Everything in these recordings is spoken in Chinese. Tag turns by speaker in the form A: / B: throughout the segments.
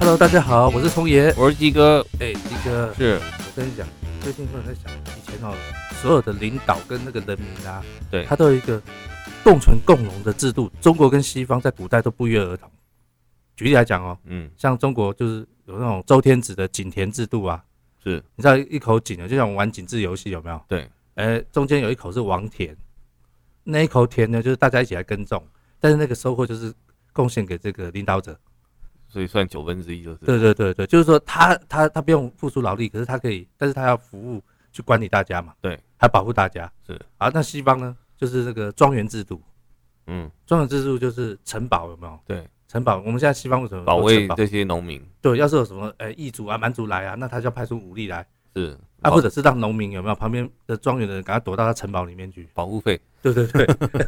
A: Hello，大家好，我是聪爷。
B: 我是鸡哥，
A: 哎，鸡哥，
B: 是
A: 我跟你讲，最近突然在想，以前哦，所有的领导跟那个人民啊，
B: 对
A: 他都有一个共存共荣的制度。中国跟西方在古代都不约而同。举例来讲哦，
B: 嗯
A: 像中国就是有那种周天子的井田制度啊，
B: 是，
A: 你知道一口井啊，就像我们玩井字游戏有没有？
B: 对，
A: 呃，中间有一口是王田，那一口田呢，就是大家一起来耕种，但是那个收获就是贡献给这个领导者。
B: 所以算九分之一就是。
A: 对对对对，就是说他他他不用付出劳力，可是他可以，但是他要服务去管理大家嘛，
B: 对，
A: 还保护大家。
B: 是
A: 啊，那西方呢，就是这个庄园制度，
B: 嗯，
A: 庄园制度就是城堡有没有？
B: 对，
A: 城堡，我们现在西方为什么有
B: 保卫
A: 城堡
B: 这些农民
A: 对，要是有什么呃异族啊、蛮族来啊，那他就要派出武力来
B: 是
A: 啊，
B: 保
A: 或者是让农民有没有旁边的庄园的人赶快躲到他城堡里面去？
B: 保护费，
A: 对对 对，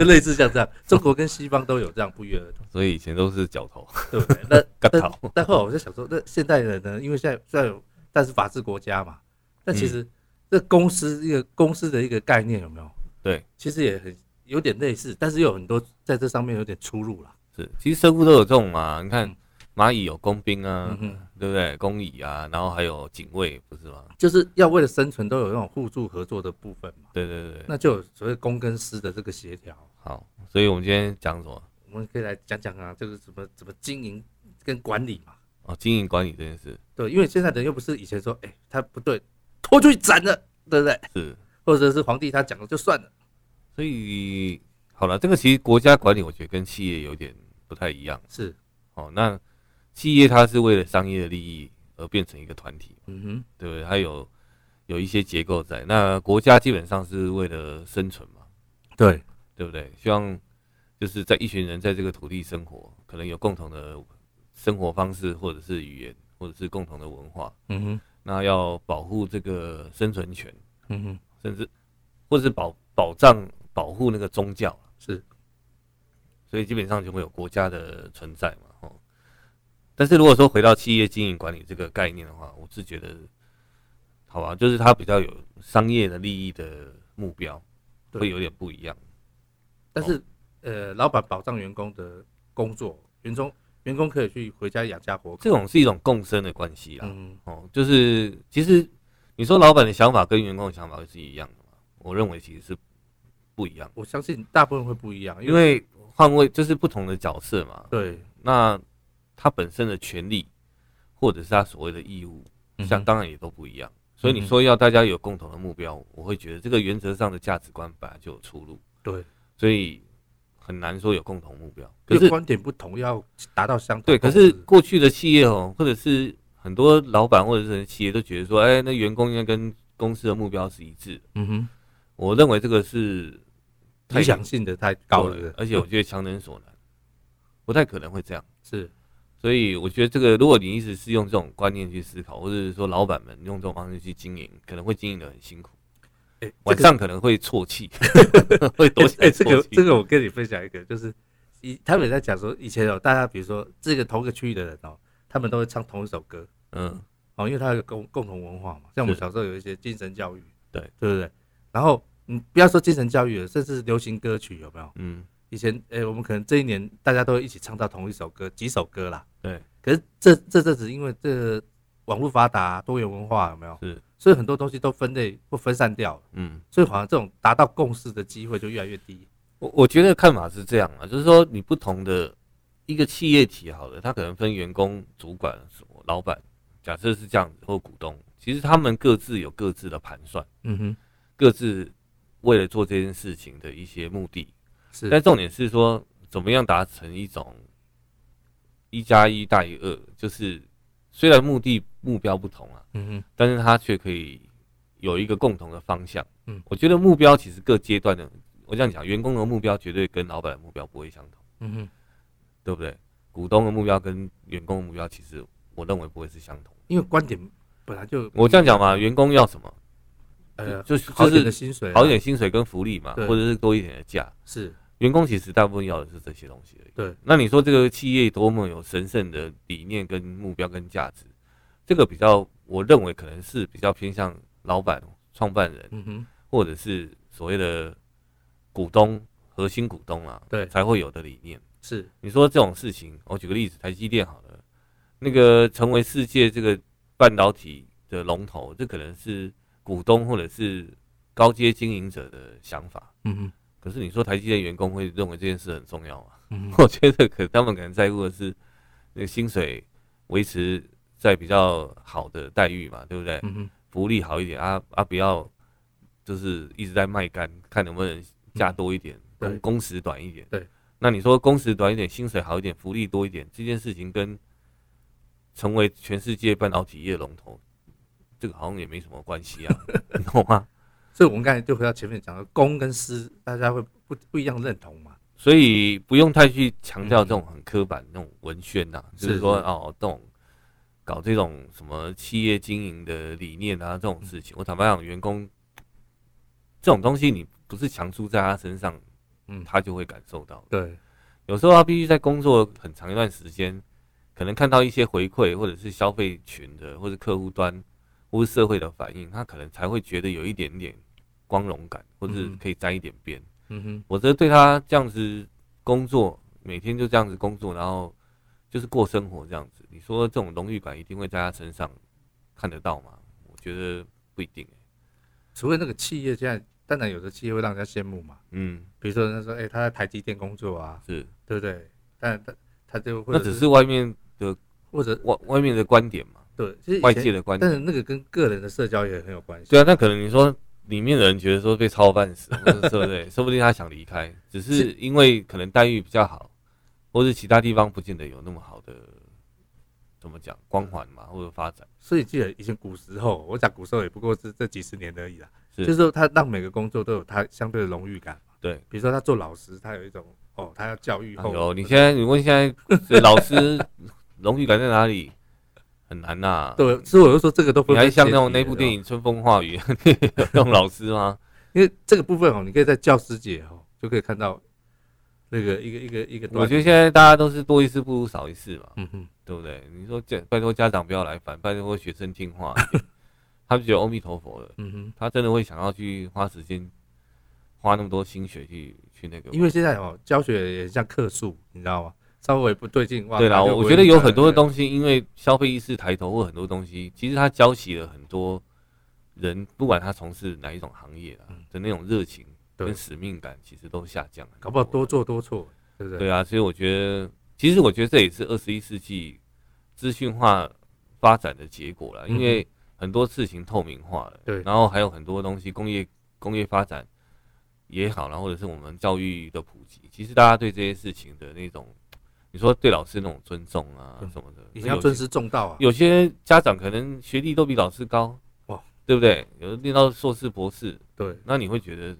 A: 类似像这样，中国跟西方都有这样不约而同，
B: 所以以前都是绞头、
A: 对不对？那
B: 割
A: 但
B: 头。
A: 但后来我就想说，那现代人呢，因为现在虽然有，但是法治国家嘛，但
B: 嗯
A: 其实这公司一个公司的一个概念有没有？
B: 对，
A: 其实也很有点类似，但是又有很多在这上面有点出入啦。
B: 是，其实社会都有这种啊嘛。你看
A: 嗯
B: 蚂蚁有工兵啊
A: 嗯，哼，啊
B: 对不对？工蚁啊，然后还有警卫，不是吗？
A: 就是要为了生存都有那种互助合作的部分嘛，
B: 对对对对，
A: 那就有所谓公跟私的这个协调。
B: 好。所以我们今天讲什么？
A: 我们可以来讲讲啊，这个怎么怎么经营跟管理嘛。
B: 哦，经营管理这件事
A: 对，因为现在人又不是以前说，哎、他不对，拖出去斩了，对不对？
B: 是，
A: 或者是皇帝他讲了就算了。
B: 所以好了，这个其实国家管理我觉得跟企业有点不太一样
A: 是，
B: 哦。那企业它是为了商业利益而变成一个团体，
A: 嗯哼，
B: 对不对？它有有一些结构在。那国家基本上是为了生存嘛，
A: 对。
B: 对不对？希望就是在一群人在这个土地生活，可能有共同的生活方式，或者是语言，或者是共同的文化。
A: 嗯哼，
B: 那要保护这个生存权，
A: 嗯哼，
B: 甚至或者是保保障保护那个宗教，
A: 是，
B: 所以基本上就会有国家的存在嘛。哦，但是如果说回到企业经营管理这个概念的话，我是觉得，好吧，就是它比较有商业的利益的目标，
A: 对
B: 会有点不一样。
A: 但是、呃，老板保障员工的工作，员工员工可以去回家养家活口。
B: 这种是一种共生的关系啦。
A: 嗯，
B: 哦，就是其实你说老板的想法跟员工的想法是一样的嘛？我认为其实是不一样的，
A: 我相信大部分会不一样，因
B: 因
A: 为
B: 为换位就是不同的角色嘛。
A: 对，
B: 那他本身的权利，或者是他所谓的义务，像当然也都不一样。所以
A: 嗯
B: 你
A: 哼
B: 说要大家有共同的目标，我会觉得这个原则上的价值观本来就有出入，
A: 对，
B: 所以很难说有共同目标。
A: 可
B: 可是
A: 是观点不同，要达到相同
B: 对，可
A: 共
B: 是
A: 识
B: 过去的企业哦，或者是很多老板或者是企业都觉得说，哎，那员工应该跟公司的目标是一致的。
A: 嗯哼，
B: 我认为这个是
A: 理想性的太高了，
B: 而且我觉得强人所难，不太可能会这样。
A: 是
B: 所以我觉得这个，如果你一直是用这种观念去思考，或者是说老板们用这种方式去经营，可能会经营的很辛苦，
A: 哎
B: 晚
A: 这个
B: 上可能会啜 泣，会躲起
A: 哎
B: 来
A: 这个
B: 啜
A: 这
B: 泣。
A: 个我跟你分享一个，就是以他们也在讲说，以前有哦大家比如说这个同一个区域的人哦，他们都会唱同一首歌，
B: 嗯，
A: 哦，因为它有一个共共同文化嘛，像我们
B: 是
A: 小时候有一些精神教育，
B: 对
A: 对不对？然后你不要说精神教育了，甚至流行歌曲有没有？
B: 嗯，
A: 以前诶、我们可能这一年大家都会一起唱到同一首歌，几首歌啦。
B: 对，
A: 可是这这阵子因为这个网络发达、多元文化有没有？
B: 是，
A: 所以很多东西都分类或分散掉了，
B: 嗯，
A: 所以好像这种达到共识的机会就越来越低。
B: 我我觉得看法是这样啊，就是说你不同的一个企业体好了，它可能分员工、主管、老板，假设是这样子，或股东，其实他们各自有各自的盘算，
A: 嗯哼，
B: 各自为了做这件事情的一些目的，
A: 是，
B: 但重点是说，怎么样达成一种一加一大于二，就是虽然目的目标不同啊，
A: 嗯哼，
B: 但是它却可以有一个共同的方向。
A: 嗯，
B: 我觉得目标其实各阶段的，我这样讲，员工的目标绝对跟老板的目标不会相同，
A: 嗯哼，
B: 对不对？股东的目标跟员工的目标，其实我认为不会是相同的。
A: 因为观点本来就
B: 我这样讲嘛，员工要什么？
A: 呃，
B: 就就是
A: 好一点
B: 就
A: 的
B: 是
A: 薪水啊、
B: 好一点薪水跟福利嘛，
A: 对
B: 或者是多一点的假。
A: 是，
B: 员工其实大部分要的是这些东西而已。
A: 对，
B: 那你说这个企业多么有神圣的理念、跟目标、跟价值，这个比较，我认为可能是比较偏向老板、创办人，
A: 嗯哼，
B: 或者是所谓的股东、核心股东啊，
A: 对
B: 才会有的理念。
A: 是，
B: 哦你说这种事情，我举个例子，台积电好了，那个成为世界这个半导体的龙头，这可能是股东或者是高阶经营者的想法。
A: 嗯
B: 可是你说台积电员工会认为这件事很重要吗？
A: 嗯
B: 我觉得可他们可能在乎的是那个薪水维持在比较好的待遇嘛，对不对？
A: 嗯
B: 福利好一点啊啊，不要就是一直在卖干，看能不能价多一点，
A: 对
B: 工工时短一点。
A: 对，
B: 那你说工时短一点，薪水好一点，福利多一点，这件事情跟成为全世界半导体业龙头，这个好像也没什么关 系啊，你懂吗？
A: 所以我们刚才就回到前面讲的公跟私，大家会不不一样认同嘛？
B: 所以不用太去强调这种很刻板、那种文宣呐、
A: 是
B: 就是说
A: 嗯是
B: 哦，这种搞这种什么企业经营的理念啊，这种事情，我坦白讲，员工这种东西你不是强出在他身上，
A: 嗯
B: 他就会感受到。
A: 对，
B: 有时候他必须在工作很长一段时间，可能看到一些回馈，或者是消费群的，或者客户端，或是社会的反应，他可能才会觉得有一点点光荣感，或者是
A: 嗯
B: 可以沾一点边。
A: 嗯哼，
B: 我觉得对他这样子工作，每天就这样子工作，然后就是过生活这样子，你说这种荣誉感一定会在他身上看得到吗？我觉得不一定、欸
A: 除非那个企业现在，当然有的企业会让人家羡慕嘛，
B: 嗯，
A: 比如说人家说，哎、他在台积电工作啊，
B: 是，
A: 对不对？但他他就或
B: 那
A: 者
B: 只是外面
A: 或者
B: 外外面的观点嘛，
A: 对，其实以前
B: 外界的观
A: 但
B: 点。
A: 是那个跟个人的社交也很有关系。
B: 对啊，那可能你说里面的人觉得说被操办死，或者是 对不对？说不定他想离开，只是因为可能待遇比较好，或是其他地方不见得有那么好的怎么讲光环嘛，或者发展。
A: 所以记得以前古时候，我讲古时候也不过是这几十年而已啦。
B: 是
A: 就是说他让每个工作都有他相对的荣誉感嘛。
B: 对，
A: 比如说他做老师，他有一种哦，他要教育
B: 哎
A: 后。
B: 呦，你现在你问现在这老师 荣誉感在哪里？很难呐、
A: 对，所以我就说这个都不
B: 你
A: 会
B: 还
A: 被
B: 像那
A: 解
B: 种
A: 题
B: 那
A: 的
B: 部
A: 哦
B: 电影《春风 化雨》那种老师吗？
A: 因为这个部分哦，你可以在教师节哦就可以看到那个一个一个一个段落。
B: 我觉得现在大家都是多一事不如少一事嘛，
A: 嗯哼，
B: 对不对？你说这拜托家长不要来烦，拜托学生 听话一点，他们觉得阿弥陀佛了，
A: 嗯哼，
B: 他真的会想要去花时间，花那么多心血去去那个。
A: 因为现在哦，教学也像课数，你知道吗？稍微不对劲，哇
B: 对啦，
A: 他就
B: 我我
A: 不
B: 觉得
A: 会
B: 有
A: 再
B: 很多的
A: 对
B: 东西，因为消费意识抬头或很多东西，其实它浇熄了很多人，不管他从事哪一种行业啦啊
A: 嗯
B: 的那种热情
A: 对
B: 跟使命感，其实都下降了。
A: 搞不好多做多错，对不对？
B: 对啊，所以我觉得，其实我觉得这也是二十一世纪资讯化发展的结果啦，
A: 嗯
B: 因为很多事情透明化了，
A: 对
B: 然后还有很多东西工业工业发展也好，然后或者是我们教育的普及，其实大家对这些事情的那种，你说对老师那种尊重啊
A: 对
B: 什么的，
A: 你要尊师重道啊。
B: 有些。有些家长可能学历都比老师高，
A: 哇，
B: 对不对？有的念到硕士博士，
A: 对，
B: 那你会觉得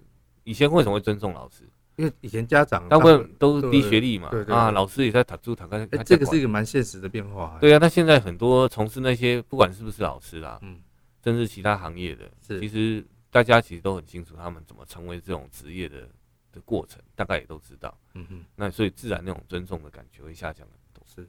B: 以前为什么会尊重老师？
A: 因为以前家长
B: 大部
A: 会，
B: 分都是低学历嘛
A: 对对，对
B: 啊，老师也在塔住塔干，
A: 哎
B: 他，
A: 这
B: 在
A: 个
B: 管
A: 是一个蛮现实的变化。，
B: 对啊。那现在很多从事那些不管是不是老师啦，
A: 嗯，
B: 甚至其他行业的，
A: 是
B: 其实大家其实都很清楚他们怎么成为这种职业的的过程，大概也都知道。
A: 嗯哼，
B: 那所以自然那种尊重的感觉会下降很多
A: 是，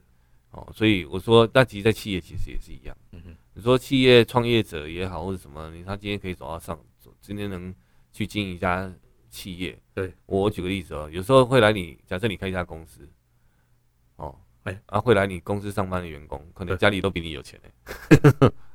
B: 哦。所以我说，那其实，在企业其实也是一样。
A: 嗯哼，
B: 你说企业创业者也好，或者什么，你他今天可以走到上，走今天能去经营一家企业。
A: 对
B: 我，我举个例子哦，有时候会来你，假设你开一家公司，哦，
A: 哎
B: 啊，会来你公司上班的员工，可能
A: 对
B: 家里都比你有钱 哎、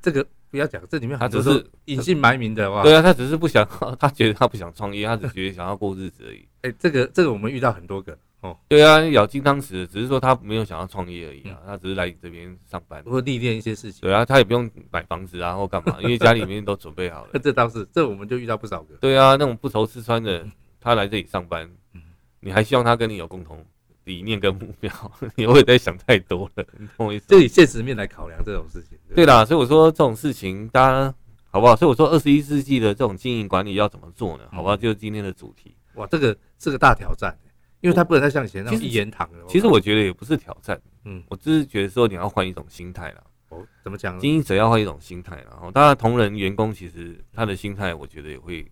A: 这个不要讲，这里面
B: 他
A: 很
B: 只
A: 多
B: 是
A: 都隐姓埋名的哇。
B: 对啊，他只是不想， 他觉得他不想创业，他只觉得想要过日子而已。
A: 哎，这个这个我们遇到很多个哦，
B: 对啊，咬金汤匙，只是说他没有想要创业而已啊，他只是来你这边上班。
A: 会历练一些事情，
B: 对啊，他也不用买房子啊或干嘛，因为家里面都准备好了。
A: 这倒是，这我们就遇到不少个。
B: 对啊，那种不愁吃穿的，他来这里上班
A: 嗯，
B: 你还希望他跟你有共同理念跟目标？ 你会在想太多了， 你懂我意思
A: 就
B: 吗？
A: 以现实面来考量这种事情。
B: 对
A: 吧，
B: 啦，所以我说这种事情，大家好不好？所以我说二十一世纪的这种经营管理要怎么做呢？好不好？就是今天的主题。
A: 哇，这个是个大挑战，因为他不能再像以前那种
B: 其实
A: 一言堂了。
B: 其实我觉得也不是挑战，
A: 嗯，
B: 我只是觉得说你要换一种心态啦，
A: 哦，怎么讲呢？
B: 经营者要换一种心态啦，然后当然同仁员工其实他的心态，我觉得也会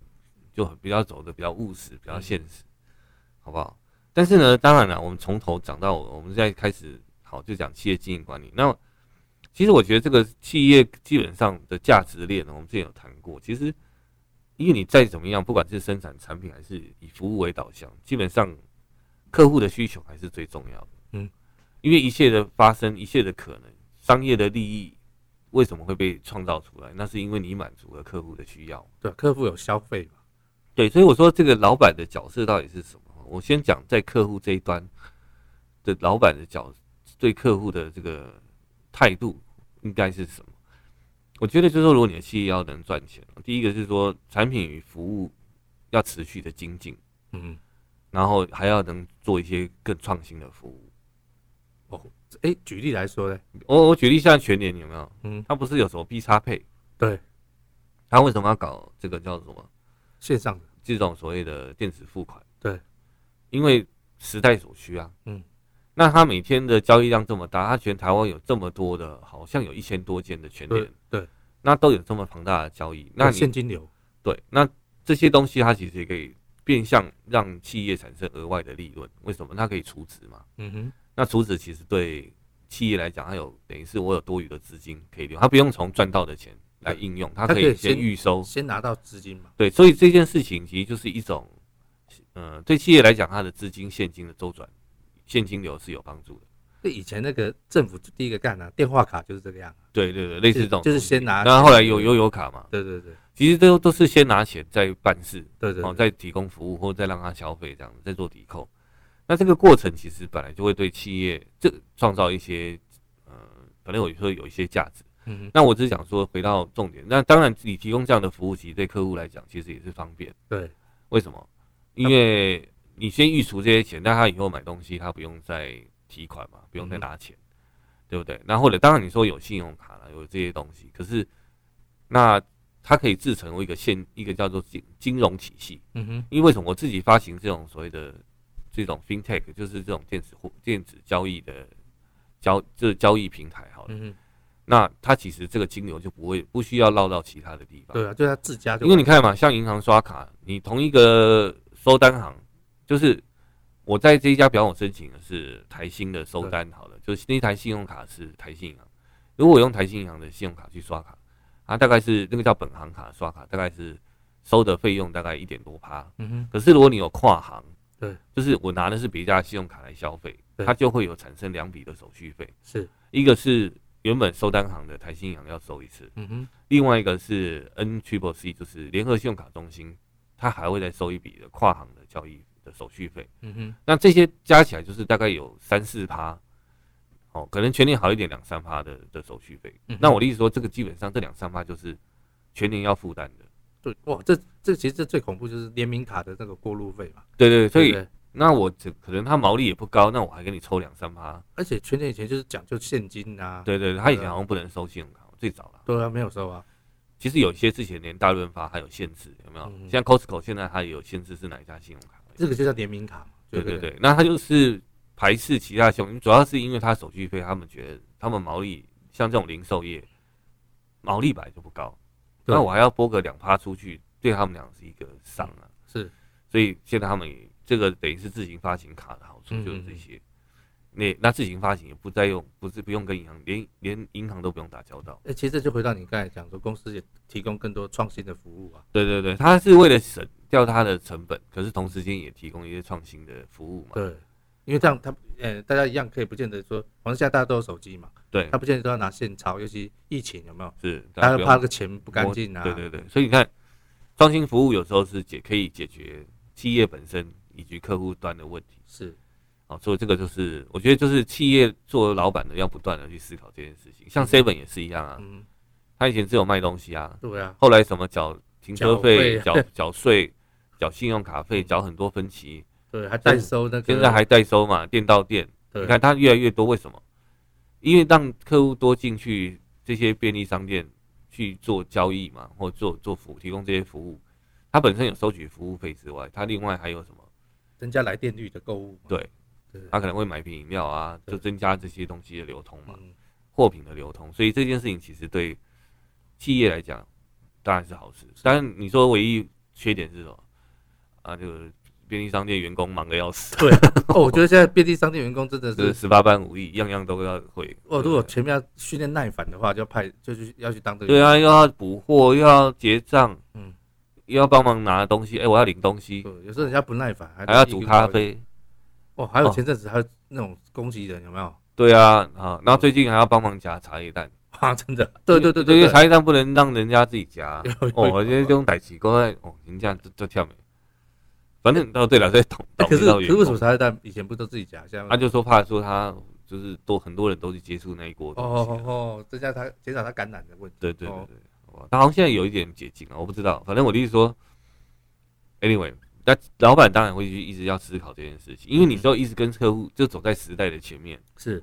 B: 就很比较走的比较务实，比较现实，好不好？但是呢，当然了，我们从头讲到尾，我们现在开始好就讲企业经营管理。那其实我觉得这个企业基本上的价值链呢，我们之前有谈过。其实，因为你再怎么样，不管是生产产品还是以服务为导向，基本上客户的需求还是最重要的。
A: 嗯，
B: 因为一切的发生，一切的可能，商业的利益为什么会被创造出来？那是因为你满足了客户的需要。
A: 对，啊客户有消费嘛，
B: 对，所以我说这个老板的角色到底是什么？我先讲在客户这一端的老板的角对客户的这个态度应该是什么？我觉得就是说，如果你的企业要能赚钱，第一个是说产品与服务要持续的精进，
A: 嗯，
B: 然后还要能做一些更创新的服务。
A: 哎，举例来说呢，
B: 我我举例像全年有没有？
A: 嗯，
B: 他不是有什么必差配？
A: 对，
B: 他为什么要搞这个叫什么
A: 线上的，
B: 这种所谓的电子付款？
A: 对，
B: 因为时代所需啊。
A: 嗯，
B: 那他每天的交易量这么大，他全台湾有这么多的，好像有一千多间的全
A: 对
B: 联，
A: 对，
B: 那都有这么庞大的交易，那
A: 有
B: 你
A: 现金流，
B: 对，那这些东西它其实也可以变相让企业产生额外的利润。为什么？它可以储值嘛。
A: 嗯哼，
B: 那储值其实对企业来讲，它有等于是我有多余的资金可以留，它不用从赚到的钱来应用，它
A: 它可
B: 可以
A: 以
B: 先
A: 先
B: 预收。
A: 先拿到资金嘛，
B: 对，所以这件事情其实就是一种，呃，对企业来讲，它的资金现金的周转、现金流是有帮助的。
A: 这以前那个政府第一个干啊，电话卡就是这个样啊，
B: 对对对，类似这种
A: 就是
B: 东西
A: 先拿
B: 那后来有
A: 钱
B: 悠游卡嘛，
A: 对对对
B: 其实都都是先拿钱再办事，
A: 对对
B: 哦，
A: 对，
B: 再提供服务或再让他消费这样子，再做抵扣。那这个过程其实本来就会对企业这创造一些，呃，本来我说有一些价值。
A: 嗯哼，
B: 那我只是想说，回到重点，那当然你提供这样的服务，其实对客户来讲其实也是方便。
A: 对，
B: 为什么？因为你先预除这些钱，那他以后买东西他不用再提款嘛，不用再拿钱，对不对？那或者当然你说有信用卡了，有这些东西，可是那它可以制成为一个现一个叫做金金融体系。
A: 嗯哼，
B: 因为为什么我自己发行这种所谓的这种 fintech，就是这种电子货电子交易的交就是交易平台好了，
A: 嗯哼，
B: 那它其实这个金流就不会不需要绕到其他的地方。
A: 对啊，就他自家就
B: 哦因为你看嘛，像银行刷卡，你同一个收单行，就是我在这一家，比方我申请的是台新的收单，好了，就是那台信用卡是台新银行。如果我用台新银行的信用卡去刷卡，它大概是那个叫本行卡刷卡，大概是收的费用大概一点多趴。
A: 嗯哼，
B: 可是如果你有跨行，
A: 对，
B: 就是我拿的是别家的信用卡来消费，
A: 对
B: 它就会有产生两笔的手续费，
A: 是，
B: 一个是原本收单行的台新银行要收一次，
A: 嗯哼，
B: 另外一个是 N Triple C，就是联合信用卡中心，它还会再收一笔的跨行的交易的手续费。
A: 嗯哼，
B: 那这些加起来就是大概有三四趴，哦，可能全年好一点两三趴的的手续费。
A: 嗯哼
B: 那我的意思说，这个基本上这两三趴就是全年要负担的。
A: 对，哇，这这其实这最恐怖就是联名卡的那个过路费嘛，
B: 对对对，所
A: 对不
B: 以
A: 对？
B: 那我只可能它毛利也不高，那我还给你抽两三趴。
A: 而且全年以前就是讲究现金啊，
B: 对对对，他以前好像不能收信用卡，最早了。
A: 对啊，没有收啊，
B: 其实有些之前连大润发还有限制，有没有？
A: 嗯
B: 像 Costco 现在它也有限制是哪一家信用卡。
A: 这个就叫联名卡嘛，就
B: 对
A: 这
B: 对
A: 个，
B: 对，那他就是排斥其他兄，主要是因为他手续费，他们觉得他们毛利像这种零售业毛利本来就不高，
A: 对
B: 那我还要拨个两趴出去，对他们俩是一个伤啊。
A: 是，
B: 所以现在他们也这个等于是自行发行卡的好处就
A: 嗯
B: 是
A: 嗯
B: 这
A: 嗯
B: 些。那那自行发行也不再用，不是不用跟银行，连连银行都不用打交道。
A: 哎，其实这就回到你刚才讲说，公司也提供更多创新的服务啊，
B: 对对对，他是为了省掉它的成本，可是同时间也提供一些创新的服务嘛。
A: 对，因为这样他呃大家一样可以不见得说，反正现在大家都有手机嘛，
B: 对
A: 他，不见得都要拿现钞，尤其疫情有没有？
B: 是
A: 大家
B: 不用
A: 怕这个钱不干净啊，
B: 对对对，所以你看，创新服务有时候是解可以解决企业本身以及客户端的问题
A: 是，
B: 啊、哦，所以这个就是我觉得就是企业做老板的要不断的去思考这件事情。像 Seven 也是一样啊，
A: 嗯，
B: 他以前只有卖东西啊，
A: 对啊，
B: 后来什么缴停车费、
A: 缴
B: 缴缴税、缴信用卡费、缴很多分期，
A: 对，还代收那个，
B: 现在还代收嘛，店到店，
A: 对
B: 你看它越来越多，为什么？因为让客户多进去这些便利商店去做交易嘛，或做做服务，提供这些服务，它本身有收取服务费之外，它另外还有什么？
A: 增加来电率的购物嘛，
B: 对啊
A: 对，
B: 它可能会买瓶饮料啊，就增加这些东西的流通嘛，
A: 嗯，
B: 货品的流通。所以这件事情其实对企业来讲当然是好事，但你说唯一缺点是什么？啊，就是便利商店员工忙得要死，
A: 对，哦，我觉得现在便利商店员工真的
B: 就是
A: 是，
B: 十八般武艺，样样都要会。
A: 哦，如
B: 对
A: 果前面要训练耐烦的话，就要派，就是要去当这个，
B: 对啊，又要补货，又要结账，
A: 嗯
B: 又要帮忙拿东西，哎、我要领东西，
A: 对，有时候人家不耐烦，还
B: 还要煮咖，啡，
A: 哦，还有
B: 哦
A: 前阵子还有那种攻击人有没有？
B: 对啊，啊，那最近还要帮忙夹茶叶蛋，
A: 啊，真的，哎对对对
B: 因
A: 对
B: 为
A: 对，
B: 茶叶蛋不能让人家自己 夹。哦，我觉得这种歹奇怪，哦，人家就就跳没，反正哦对了，在捅
A: 哎
B: 倒
A: 可
B: 霉
A: 是
B: 到
A: 可
B: 员
A: 是为什么
B: 工，啊
A: 茶叶蛋以前不都自己夹？现在
B: 他就说怕说他就是多很多人都去接触那一锅
A: 哦
B: 东西啊
A: 哦哦，增加它减少它感染的问题。
B: 对对对
A: 哦
B: 对，哇他好像现在有一点解禁了，我不知道。反正我的意思说，anyway，那老板当然会去一直要思考这件事情，
A: 嗯
B: 因为你只有一直跟客户就走在时代的前面，
A: 是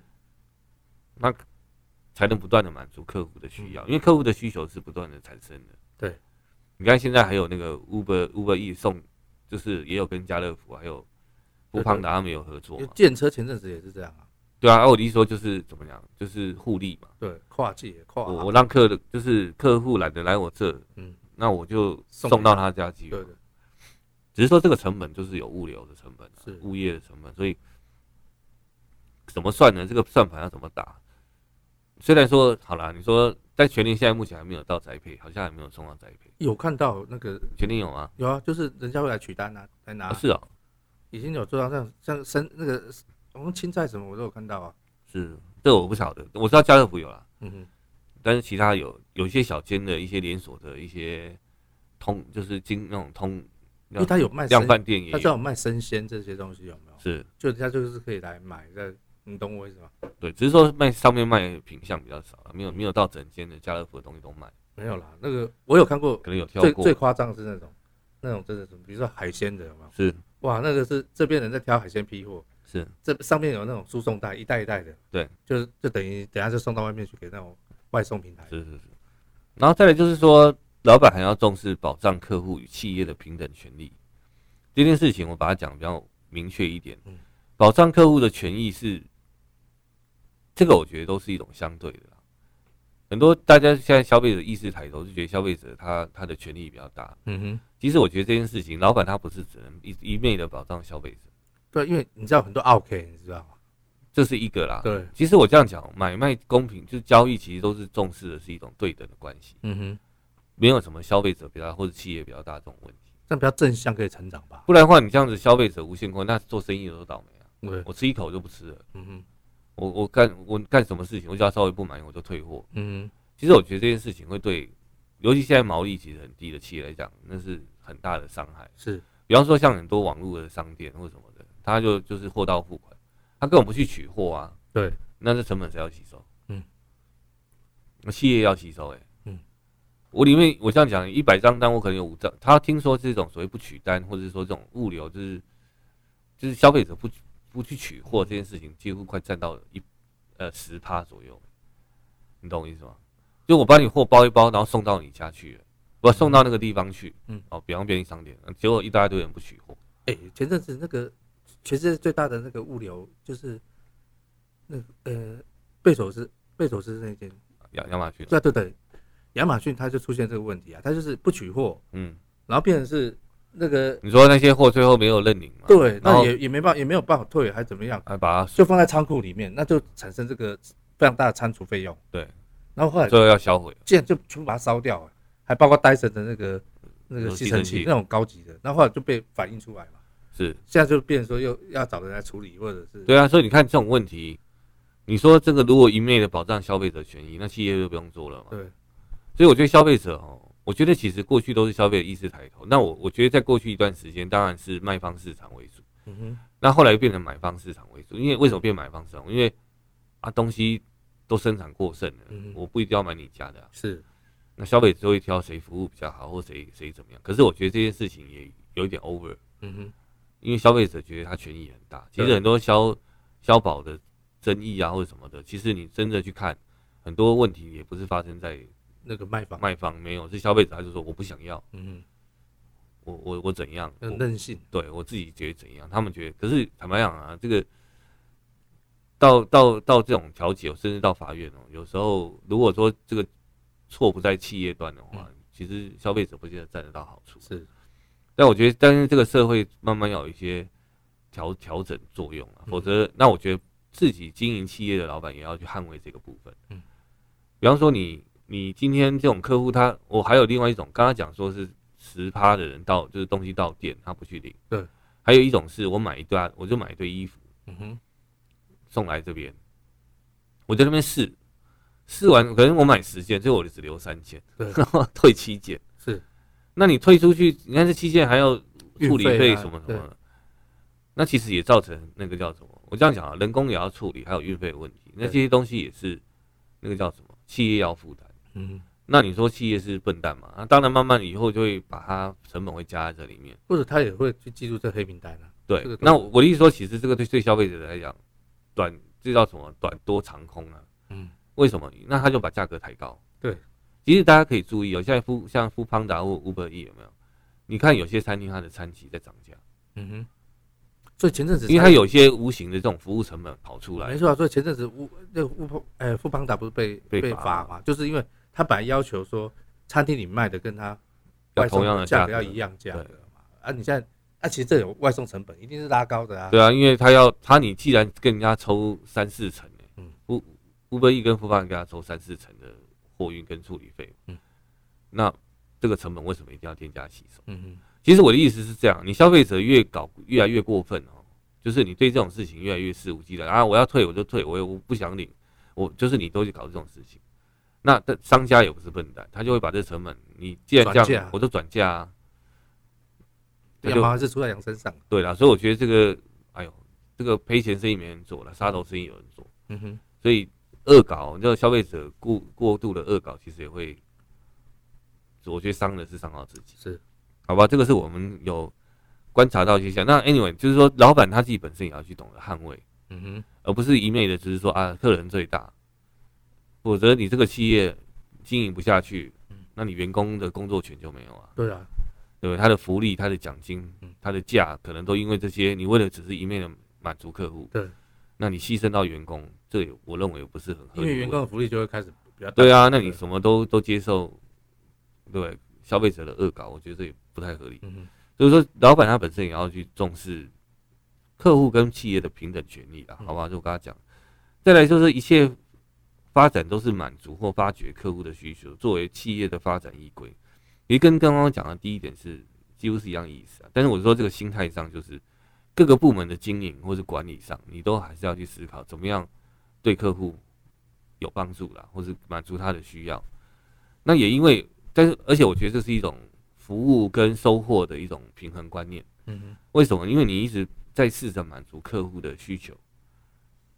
B: 那才能不断的满足客户的需要，
A: 嗯
B: 因为客户的需求是不断的产生的。
A: 对，
B: 你看现在还有那个 Uber Uber E 送，就是也有跟家乐福还有富
A: 对
B: 胖
A: 对
B: 达他们有合作
A: 因为
B: 嘛？
A: 电车前阵子也是这样啊，
B: 对啊，啊我的意思说就是怎么讲，就是互利嘛。
A: 对，跨界跨
B: 我我让客的就是客户懒得来我这，
A: 嗯，
B: 那我就
A: 送
B: 送
A: 给
B: 到
A: 他
B: 他家去嘛。
A: 对的，
B: 只是说这个成本就是有物流的成本、啊
A: 是、
B: 物业的成本，所以怎么算呢？这个算盘要怎么打？虽然说好啦，你说在全年现在目前还没有到宅配，好像还没有送到宅配，
A: 有看到那个
B: 全年有吗？
A: 有啊，就是人家会来取单啊，来拿
B: 啊，是哦，
A: 已经有做到像像生那个好像青菜什么我都有看到啊，
B: 是这我不晓得，我知道家乐福有啦，
A: 嗯哼，
B: 但是其他有有一些小间的一些连锁的一些通，就是经那种通，
A: 因为他有卖
B: 量
A: 生，
B: 贩店也
A: 他知道
B: 有，
A: 有卖生鲜这些东西有没有？
B: 是
A: 就人家就是可以来买的，你懂我意思吗？
B: 对，只是说卖上面卖的品相比较少了，没有没有到整间的家乐福的东西都卖，
A: 没有啦，那个我有看过
B: 可能有跳
A: 最
B: 过
A: 最夸张的是那种那种真的是，比如说海鲜的有没有？
B: 是
A: 哇，那个是这边人在挑海鲜批货，
B: 是
A: 这上面有那种输送带，一袋一袋的，
B: 对，
A: 就是就等于等一下就送到外面去给那种外送平台，
B: 是是是。然后再来就是说，老板还要重视保障客户与企业的平等权利。这件事情我把它讲得比较明确一点
A: 嗯，
B: 保障客户的权益是这个，我觉得都是一种相对的啦。很多大家现在消费者意识抬头，就觉得消费者他他的权利比较大。
A: 嗯哼，
B: 其实我觉得这件事情，老板他不是只能一一昧的保障消费者，
A: 对，因为你知道很多 OK，你知道吗？
B: 这是一个啦。
A: 对，
B: 其实我这样讲，买卖公平就是交易，其实都是重视的是一种对等的关系。
A: 嗯哼，
B: 没有什么消费者比较大或者企业比较大这种问题。
A: 这样比较正向可以成长吧？
B: 不然的话，你这样子消费者无限扩，那做生意的都倒霉啊！
A: 对，
B: 我吃一口就不吃了，
A: 嗯哼，
B: 我我干我干什么事情，我只要稍微不满意我就退货。
A: 嗯哼，
B: 其实我觉得这件事情会对，尤其现在毛利其实很低的企业来讲，那是很大的伤害。
A: 是，
B: 比方说像很多网络的商店或什么的，他就就是货到付款，他根本不去取货啊。
A: 对，
B: 那这成本谁要吸收？
A: 嗯，
B: 那企业要吸收哎、
A: 嗯，
B: 我里面我这样讲，一百张单我可能有五张，他听说这种所谓不取单，或者是说这种物流就是就是消费者不不去取货这件事情，几乎快占到一呃十趴左右，你懂我意思吗？就我把你货包一包，然后送到你家去了，我送到那个地方去，
A: 嗯，
B: 哦，比方便利商店，结果一大堆人不取货，
A: 哎、前阵子那个全世界最大的那个物流就是那个呃贝索斯贝索斯那间，
B: 亚亚马逊，
A: 对对对，亚马逊它就出现这个问题啊，它就是不取货，
B: 嗯，
A: 然后变成是那个
B: 你说那些货最后没有认领嘛？
A: 对，
B: 然
A: 那
B: 后
A: 也也没办法也没有办法退，还怎么样，
B: 还把它
A: 就放在仓库里面，那就产生这个非常大的仓储费用。
B: 对，
A: 然后后来
B: 最后要销毁。
A: 竟然就全部把它烧掉、哎还包括戴森的那个那个
B: 有
A: 吸
B: 吸
A: 尘
B: 尘
A: 器
B: 器
A: 那种高级的，然后后来就被反映出来嘛，
B: 是
A: 现在就变成说又要找人来处理，或者是
B: 对啊，所以你看这种问题，你说这个如果一昧的保障消费者权益，那企业就不用做了嘛。
A: 对
B: 所以我觉得消费者哦，我觉得其实过去都是消费者意识抬头。那我我觉得在过去一段时间，当然是卖方市场为主，
A: 嗯哼，
B: 那后来变成买方市场为主。因为为什么变买方市场？因为啊东西都生产过剩了，
A: 嗯
B: 我不一定要买你家的啊、
A: 是
B: 那消费者就会挑谁服务比较好，或谁谁怎么样。可是我觉得这件事情也有一点 over。
A: 嗯哼，
B: 因为消费者觉得他权益很大。其实
A: 对
B: 很多消消保的争议啊，或者什么的，其实你真的去看，很多问题也不是发生在
A: 那个卖方，
B: 卖方没有，是消费者他就说我不想要，
A: 嗯哦
B: 我我我怎样，
A: 哼，很
B: 我
A: 任性，
B: 对我自己觉得怎样，他们觉得。可是坦白讲啊，这个到到到这种调解，甚至到法院哦，有时候如果说这个错不在企业端的话，其实消费者不见得占得到好处。
A: 是
B: 但我觉得，但是这个社会慢慢要有一些调调整作用啊，
A: 嗯
B: 否则，那我觉得自己经营企业的老板也要去捍卫这个部分。
A: 嗯，
B: 比方说你你今天这种客户他，我还有另外一种，刚刚讲说是十趴的人到就是东西到店他不去领，
A: 对，
B: 还有一种是我买一堆啊，我就买一堆衣服
A: 嗯哼，
B: 送来这边，我在那边试，试完可能我买十件，最后我就只留三件，
A: 对
B: 然后退七件。
A: 是，
B: 那你退出去，你看这期间还要处
A: 运
B: 理
A: 费
B: 费
A: 啊
B: 什么什么的，那其实也造成那个叫什么？我这样讲啊，人工也要处理，还有运费的问题，那
A: 对
B: 这些东西也是那个叫什么？企业要负担。
A: 嗯，
B: 那你说企业是笨蛋嘛？那、啊当然，慢慢以后就会把它成本会加在这里面。
A: 或者他也会去记住这黑名单啊。
B: 对
A: 这个，东
B: 那我的意思说，其实这个对对消费者来讲，短这叫什么？短多长空啊？
A: 嗯，
B: 为什么？那他就把价格抬高。
A: 对，
B: 其实大家可以注意哦，现在富像富邦达或 Uber E 有没有？你看有些餐厅它的餐期在涨价，
A: 嗯哼。所以前阵子才，
B: 因为它有一些无形的这种服务成本跑出来
A: 没。错啊，所以前阵子乌那个乌邦呃富邦达不是被
B: 被
A: 被
B: 罚
A: 罚嘛，就是因为他本来要求说餐厅里卖的跟他
B: 要
A: 外送
B: 同样的价
A: 价
B: 格
A: 格要一样价
B: 对
A: 格嘛，啊，你现在啊，其实这有外送成本一定是拉高的啊。
B: 对啊，因为他要他你既然跟人家抽三四成、欸，嗯
A: 嗯
B: ，U Uber E 跟富邦跟他抽三四成的货运跟处理费，嗯
A: 嗯，
B: 那这个成本为什么一定要添加洗手？
A: 嗯哼，
B: 其实我的意思是这样，你消费者越搞越来越过分哦，就是你对这种事情越来越肆无忌惮啊！我要退我就退，我也我不想领，我就是你都去搞这种事情。那但商家也不是笨蛋，他就会把这成本，你既然
A: 转
B: 这样
A: 嫁，
B: 我就转嫁啊。那
A: 羊
B: 就
A: 毛还是出在羊身上。
B: 对啦，所以我觉得这个，哎呦，这个赔钱生意没人做了，杀头生意有人做，
A: 嗯哼，
B: 所以恶搞，你知道消费者过过度的恶搞，其实也会，我觉得伤的是伤到自己。
A: 是，
B: 好吧，这个是我们有观察到一些像。那 anyway，就是说老板他自己本身也要去懂得捍卫，
A: 嗯哼，
B: 而不是一昧的只是说啊客人最大，否则你这个企业经营不下去，那你员工的工作权就没有啊，
A: 对啊，
B: 对不对？他的福利、他的奖金
A: 嗯、
B: 他的价，可能都因为这些，你为了只是一昧的满足客户，
A: 对，
B: 那你牺牲到员工，这也我认为也不是很合理的
A: 因
B: 问题。
A: 为员工的福利就会开始比较大
B: 对啊，那你什么都都接受，对消费者的恶搞，我觉得这也不太合理。
A: 嗯哼，
B: 所以说，老板他本身也要去重视客户跟企业的平等权利啦，
A: 嗯
B: 好吧？就我刚刚讲，再来就是一切发展都是满足或发掘客户的需求，作为企业的发展依归。也跟刚刚讲的第一点是几乎是一样意思啊，但是我说这个心态上，就是各个部门的经营或是管理上，你都还是要去思考怎么样对客户有帮助啦，或是满足他的需要。那也因为，但是而且我觉得这是一种服务跟收获的一种平衡观念。
A: 嗯哼，
B: 为什么？因为你一直在试着满足客户的需求，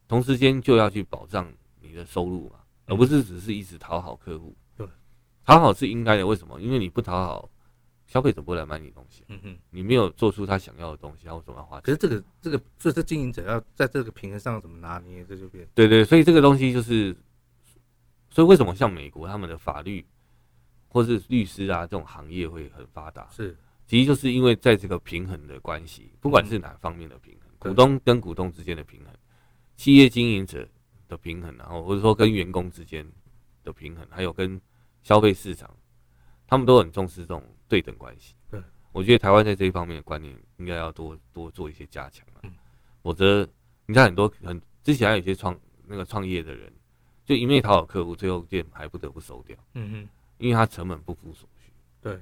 B: 同时间就要去保障你的收入嘛，而不是只是一直讨好客户。
A: 嗯对，
B: 讨好是应该的。为什么？因为你不讨好，消费者不会来买你东西，
A: 嗯哼。
B: 你没有做出他想要的东西，他为什么要花
A: 可
B: 钱？
A: 是这个这个，所以这经营者要在这个平衡上怎么拿捏，这就变
B: 对对，所以这个东西就是，所以为什么像美国他们的法律或是律师啊这种行业会很发达？
A: 是
B: 其实就是因为在这个平衡的关系，不管是哪方面的平衡，
A: 嗯对
B: 股东跟股东之间的平衡，企业经营者的平衡，然后或者说跟员工之间的平衡，还有跟消费市场，他们都很重视这种对等关系。
A: 对，
B: 我觉得台湾在这一方面的观念应该要多多做一些加强了
A: 嗯，
B: 否则你看很多很之前还有一些创那个创业的人，就一味讨好客户，最后店还不得不收掉。
A: 嗯哼，
B: 因为它成本不敷所需。
A: 对，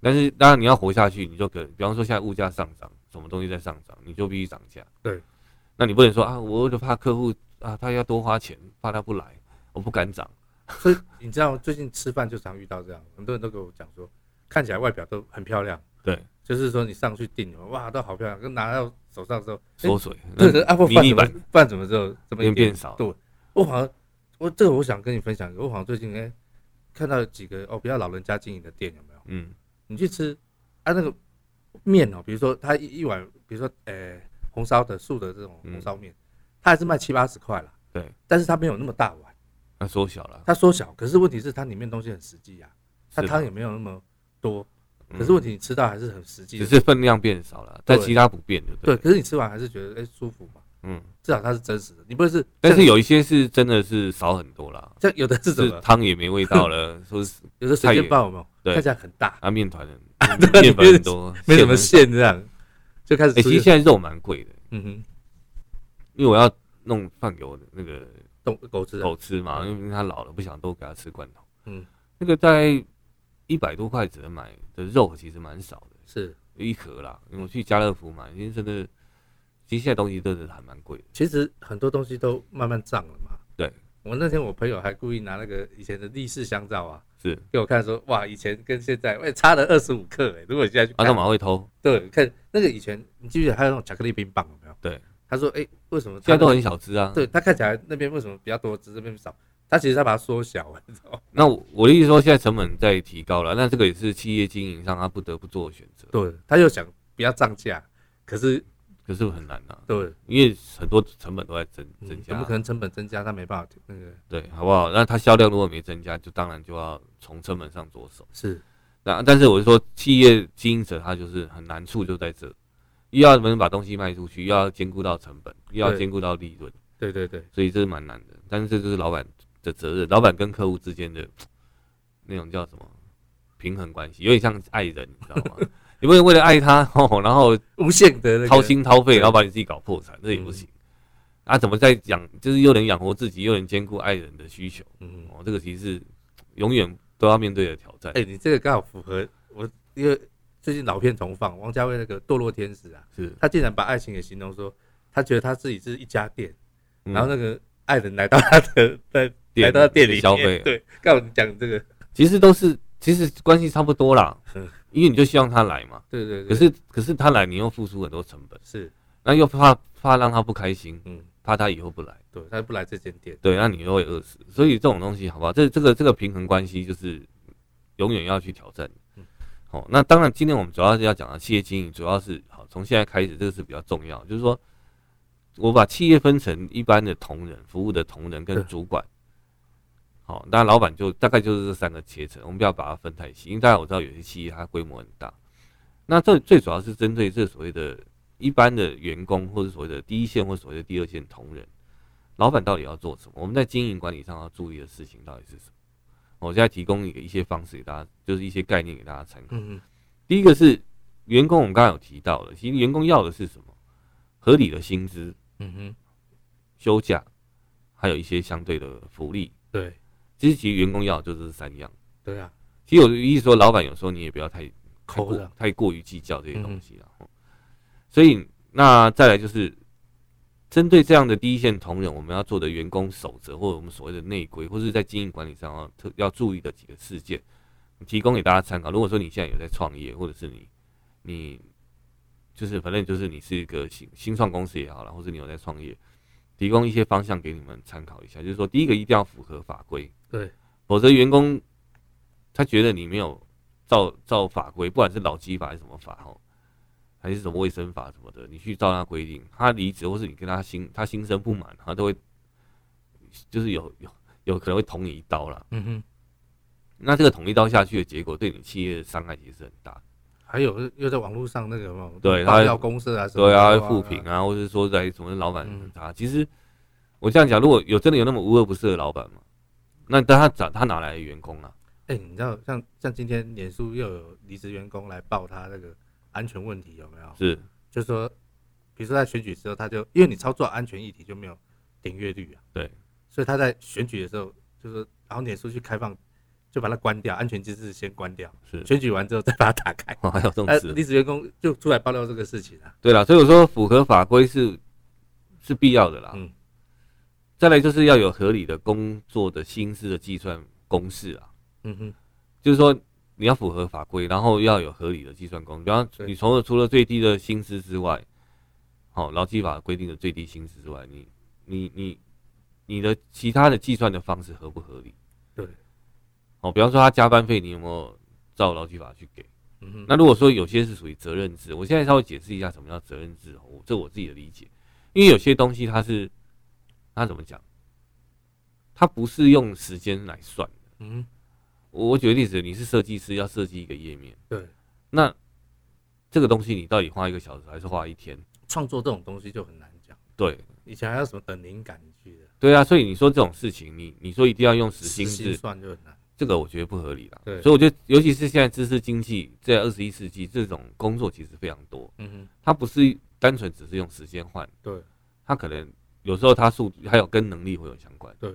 B: 但是当然你要活下去，你就可，比方说现在物价上涨，什么东西在上涨，你就必须涨价。
A: 对，
B: 那你不能说啊，我就怕客户啊，他要多花钱，怕他不来，我不敢涨。
A: 所以你知道最近吃饭就常遇到这样，很多人都跟我讲说，看起来外表都很漂亮，
B: 对，
A: 就是说你上去订，哇，都好漂亮，跟拿到手上之后，
B: 缩水，
A: 对对，
B: 那
A: 啊，不
B: 嗯
A: 饭
B: 迷你
A: 怎么
B: 版
A: 饭怎么之后怎么一点
B: 变变少。
A: 对我好像我这个我想跟你分享一个，我好像最近哎、看到几个哦比较老人家经营的店有没有？
B: 嗯，
A: 你去吃啊那个面哦，比如说他一一碗，比如说呃、红烧的素的这种
B: 嗯
A: 红烧面，他还是卖七八十块啦。
B: 对，
A: 但是他没有那么大碗，
B: 那缩小了。
A: 他缩小，可是问题是它里面东西很实际呀、
B: 是
A: 它
B: 吧
A: 汤也没有那么多，
B: 嗯
A: 可是问题你吃到还是很实际
B: 只
A: 的。
B: 是分量变少了，但
A: 对
B: 其他不变的。
A: 对，，可是你吃完还是觉得哎、舒服嘛，
B: 嗯，
A: 至少它是真实的，你不是。
B: 但是有一些是真的是少很多啦，
A: 像有的是什
B: 是
A: 么？
B: 汤也没味道了， 说是
A: 有的水
B: 菜也
A: 煎包有没有？
B: 对
A: 看起来很大，
B: 啊面团很
A: 啊
B: 面粉
A: 里面
B: 很多，
A: 没什么
B: 馅
A: 馅这样，就开始
B: 很。哎，
A: 出
B: 其实
A: 现。
B: 现在肉蛮贵的。
A: 嗯哼，
B: 因为我要弄饭给我的那个
A: 动狗吃啊，
B: 狗吃嘛，因为它老了不想多给它吃罐头。
A: 嗯，
B: 那个大概一百多块只能买的肉其实蛮少的，
A: 是。
B: 一盒啦。因为我去家乐福买，因为真的，其实现在东西真的还蛮贵的。
A: 其实很多东西都慢慢涨了嘛。
B: 对，
A: 我那天我朋友还故意拿那个以前的立式香皂啊
B: 是
A: 给我看说，哇，以前跟现在，哎、差了二十五克、哎，如果你现在去
B: 他
A: 看，
B: 啊干嘛会偷？
A: 对，看那个以前，你记不记得还有那种巧克力冰棒有没有？
B: 对，
A: 他说，哎、为什么
B: 现在都
A: 它
B: 很小只啊。
A: 对，他看起来那边为什么比较多汁，这边少？他其实他把它缩小了，你知道吗？
B: 那我我的意思说，现在成本在提高了，那这个也是企业经营上他不得不做的选择，
A: 对，他又想不要涨价，可是
B: 可是很难啊，
A: 对，
B: 因为很多成本都在增
A: 嗯
B: 增加
A: 怎么可，能成本增加？他没办法那个
B: 对，好不好？那它销量如果没增加，就当然就要从成本上着手。
A: 是
B: 那但是我是说，企业经营者他就是很难处就在这，又要能把东西卖出去，又要兼顾到成本，又要
A: 对
B: 兼顾到利润，
A: 对对对，
B: 所以这是蛮难的。但是这就是老板的责任，老板跟客户之间的那种叫什么平衡关系，有点像爱人，你知道 吗？你不能为了爱他， 哦、然后
A: 无限的那个
B: 掏心掏肺，
A: 对嗯
B: 然后把你自己搞破产，这也不行。啊，怎么在养，就是又能养活自己，又能兼顾爱人的需求？
A: 嗯，
B: 哦，这个其实是永远都要面对的挑战。
A: 哎、你这个刚好符合我，因为最近老片重放，王家卫那个《堕落天使》啊，
B: 是，
A: 他竟然把爱情也形容说，他觉得他自己是一家店，
B: 嗯
A: 然后那个爱人来到他的在
B: 店
A: 来到他店里面
B: 消费
A: 对，刚好你讲这个，
B: 其实都是，其实关系差不多啦
A: 嗯，
B: 因为你就希望他来嘛。
A: 对对对，
B: 可是，可是他来，你又付出很多成本，
A: 是
B: 那又怕怕让他不开心，
A: 嗯，
B: 怕他以后不来，
A: 对，他不来这间店，
B: 对，那你又会饿死。所以这种东西，好不好？这这个这个平衡关系，就是永远要去挑战
A: 嗯。
B: 哦，那当然，今天我们主要是要讲的企业经营，主要是好从现在开始，这个是比较重要，就是说，我把企业分成一般的同仁、服务的同仁跟
A: 对
B: 主管。好，那老板就大概就是这三个阶层，我们不要把它分太细，因为大家我知道有些企业它规模很大。那这最主要是针对这所谓的一般的员工，或者所谓的第一线或所谓的第二线同仁，老板到底要做什么？我们在经营管理上要注意的事情到底是什么？我现在提供一个一些方式给大家，就是一些概念给大家参考。
A: 嗯嗯
B: 第一个是员工，我们刚刚有提到了，其实员工要的是什么？合理的薪资、
A: 嗯哼，
B: 休假，还有一些相对的福利。
A: 对
B: 其实，其实员工要的就是这三样。
A: 对啊，
B: 其实我的意思说，老板有时候你也不要太太
A: 抠
B: 过
A: 的，
B: 太过于计较这些东西了。哦所以，那再来就是针对这样的第一线同仁，我们要做的员工守则，或者我们所谓的内规，或是在经营管理上要特要注意的几个事件，提供给大家参考。如果说你现在有在创业，或者是你你就是反正就是你是一个新新创公司也好了，或者你有在创业，提供一些方向给你们参考一下。就是说，第一个一定要符合法规，
A: 对，
B: 否则员工他觉得你没有照照法规，不管是劳基法还是什么法哦，还是什么卫生法什么的，你去照他规定，他离职或是你跟他心他心生不满，他都会就是有有有可能会捅你一刀啦。
A: 嗯哼，
B: 那这个捅一刀下去的结果，对你企业的伤害其实是很大的。
A: 还有又在网络上那个什么，
B: 对他
A: 爆料公社啊什么
B: 对
A: 的，
B: 啊，会
A: 哇
B: 复评，啊，或者说在什么老板
A: 嗯
B: 他、其实我这样讲，如果有真的有那么无恶不赦的老板嘛，那但他找他哪来的员工啊？
A: 哎、你知道像像今天脸书又有离职员工来报他那个安全问题有没有？
B: 是
A: 就说，比如说在选举时候，他就因为你操作安全议题就没有点阅率啊，
B: 对，
A: 所以他在选举的时候就说，然后脸书去开放，就把它关掉，安全机制先关掉，
B: 是，
A: 选举完之后再把它打 开。
B: 还有这种
A: 呃，
B: 事。
A: 离职员工就出来爆料这个事情啊，
B: 对啦，所以我说符合法规是是必要的啦。
A: 嗯
B: 再来就是要有合理的工作的薪资的计算公式啊，
A: 嗯哼，
B: 就是说你要符合法规，然后要有合理的计算公式。比方
A: 对
B: 你除了除了最低的薪资之外，好、劳基法规定的最低薪资之外，你你你你的其他的计算的方式合不合理？
A: 对，
B: 哦，比方说他加班费，你有没有照劳基法去给？
A: 嗯哼，
B: 那如果说有些是属于责任制，我现在稍微解释一下什么叫责任制，哦我这我自己的理解，因为有些东西它是它怎么讲，它不是用时间来算的。
A: 嗯
B: 我我举个例子，你是设计师，要设计一个页面，
A: 对，
B: 那这个东西你到底花一个小时还是花一天？
A: 哼，创作这种东西就很难讲，
B: 对
A: 以前还有什么等灵感去的，
B: 对啊，所以你说这种事情，你你说一定要用时薪
A: 时薪
B: 制，
A: 算就很难，
B: 这个我觉得不合理啦。
A: 对
B: 所以我觉得，尤其是现在知识经济在二十一世纪，这种工作其实非常多，
A: 嗯哼，
B: 它不是单纯只是用时间换。
A: 对，
B: 他可能有时候他速还有跟能力会有相关。
A: 对，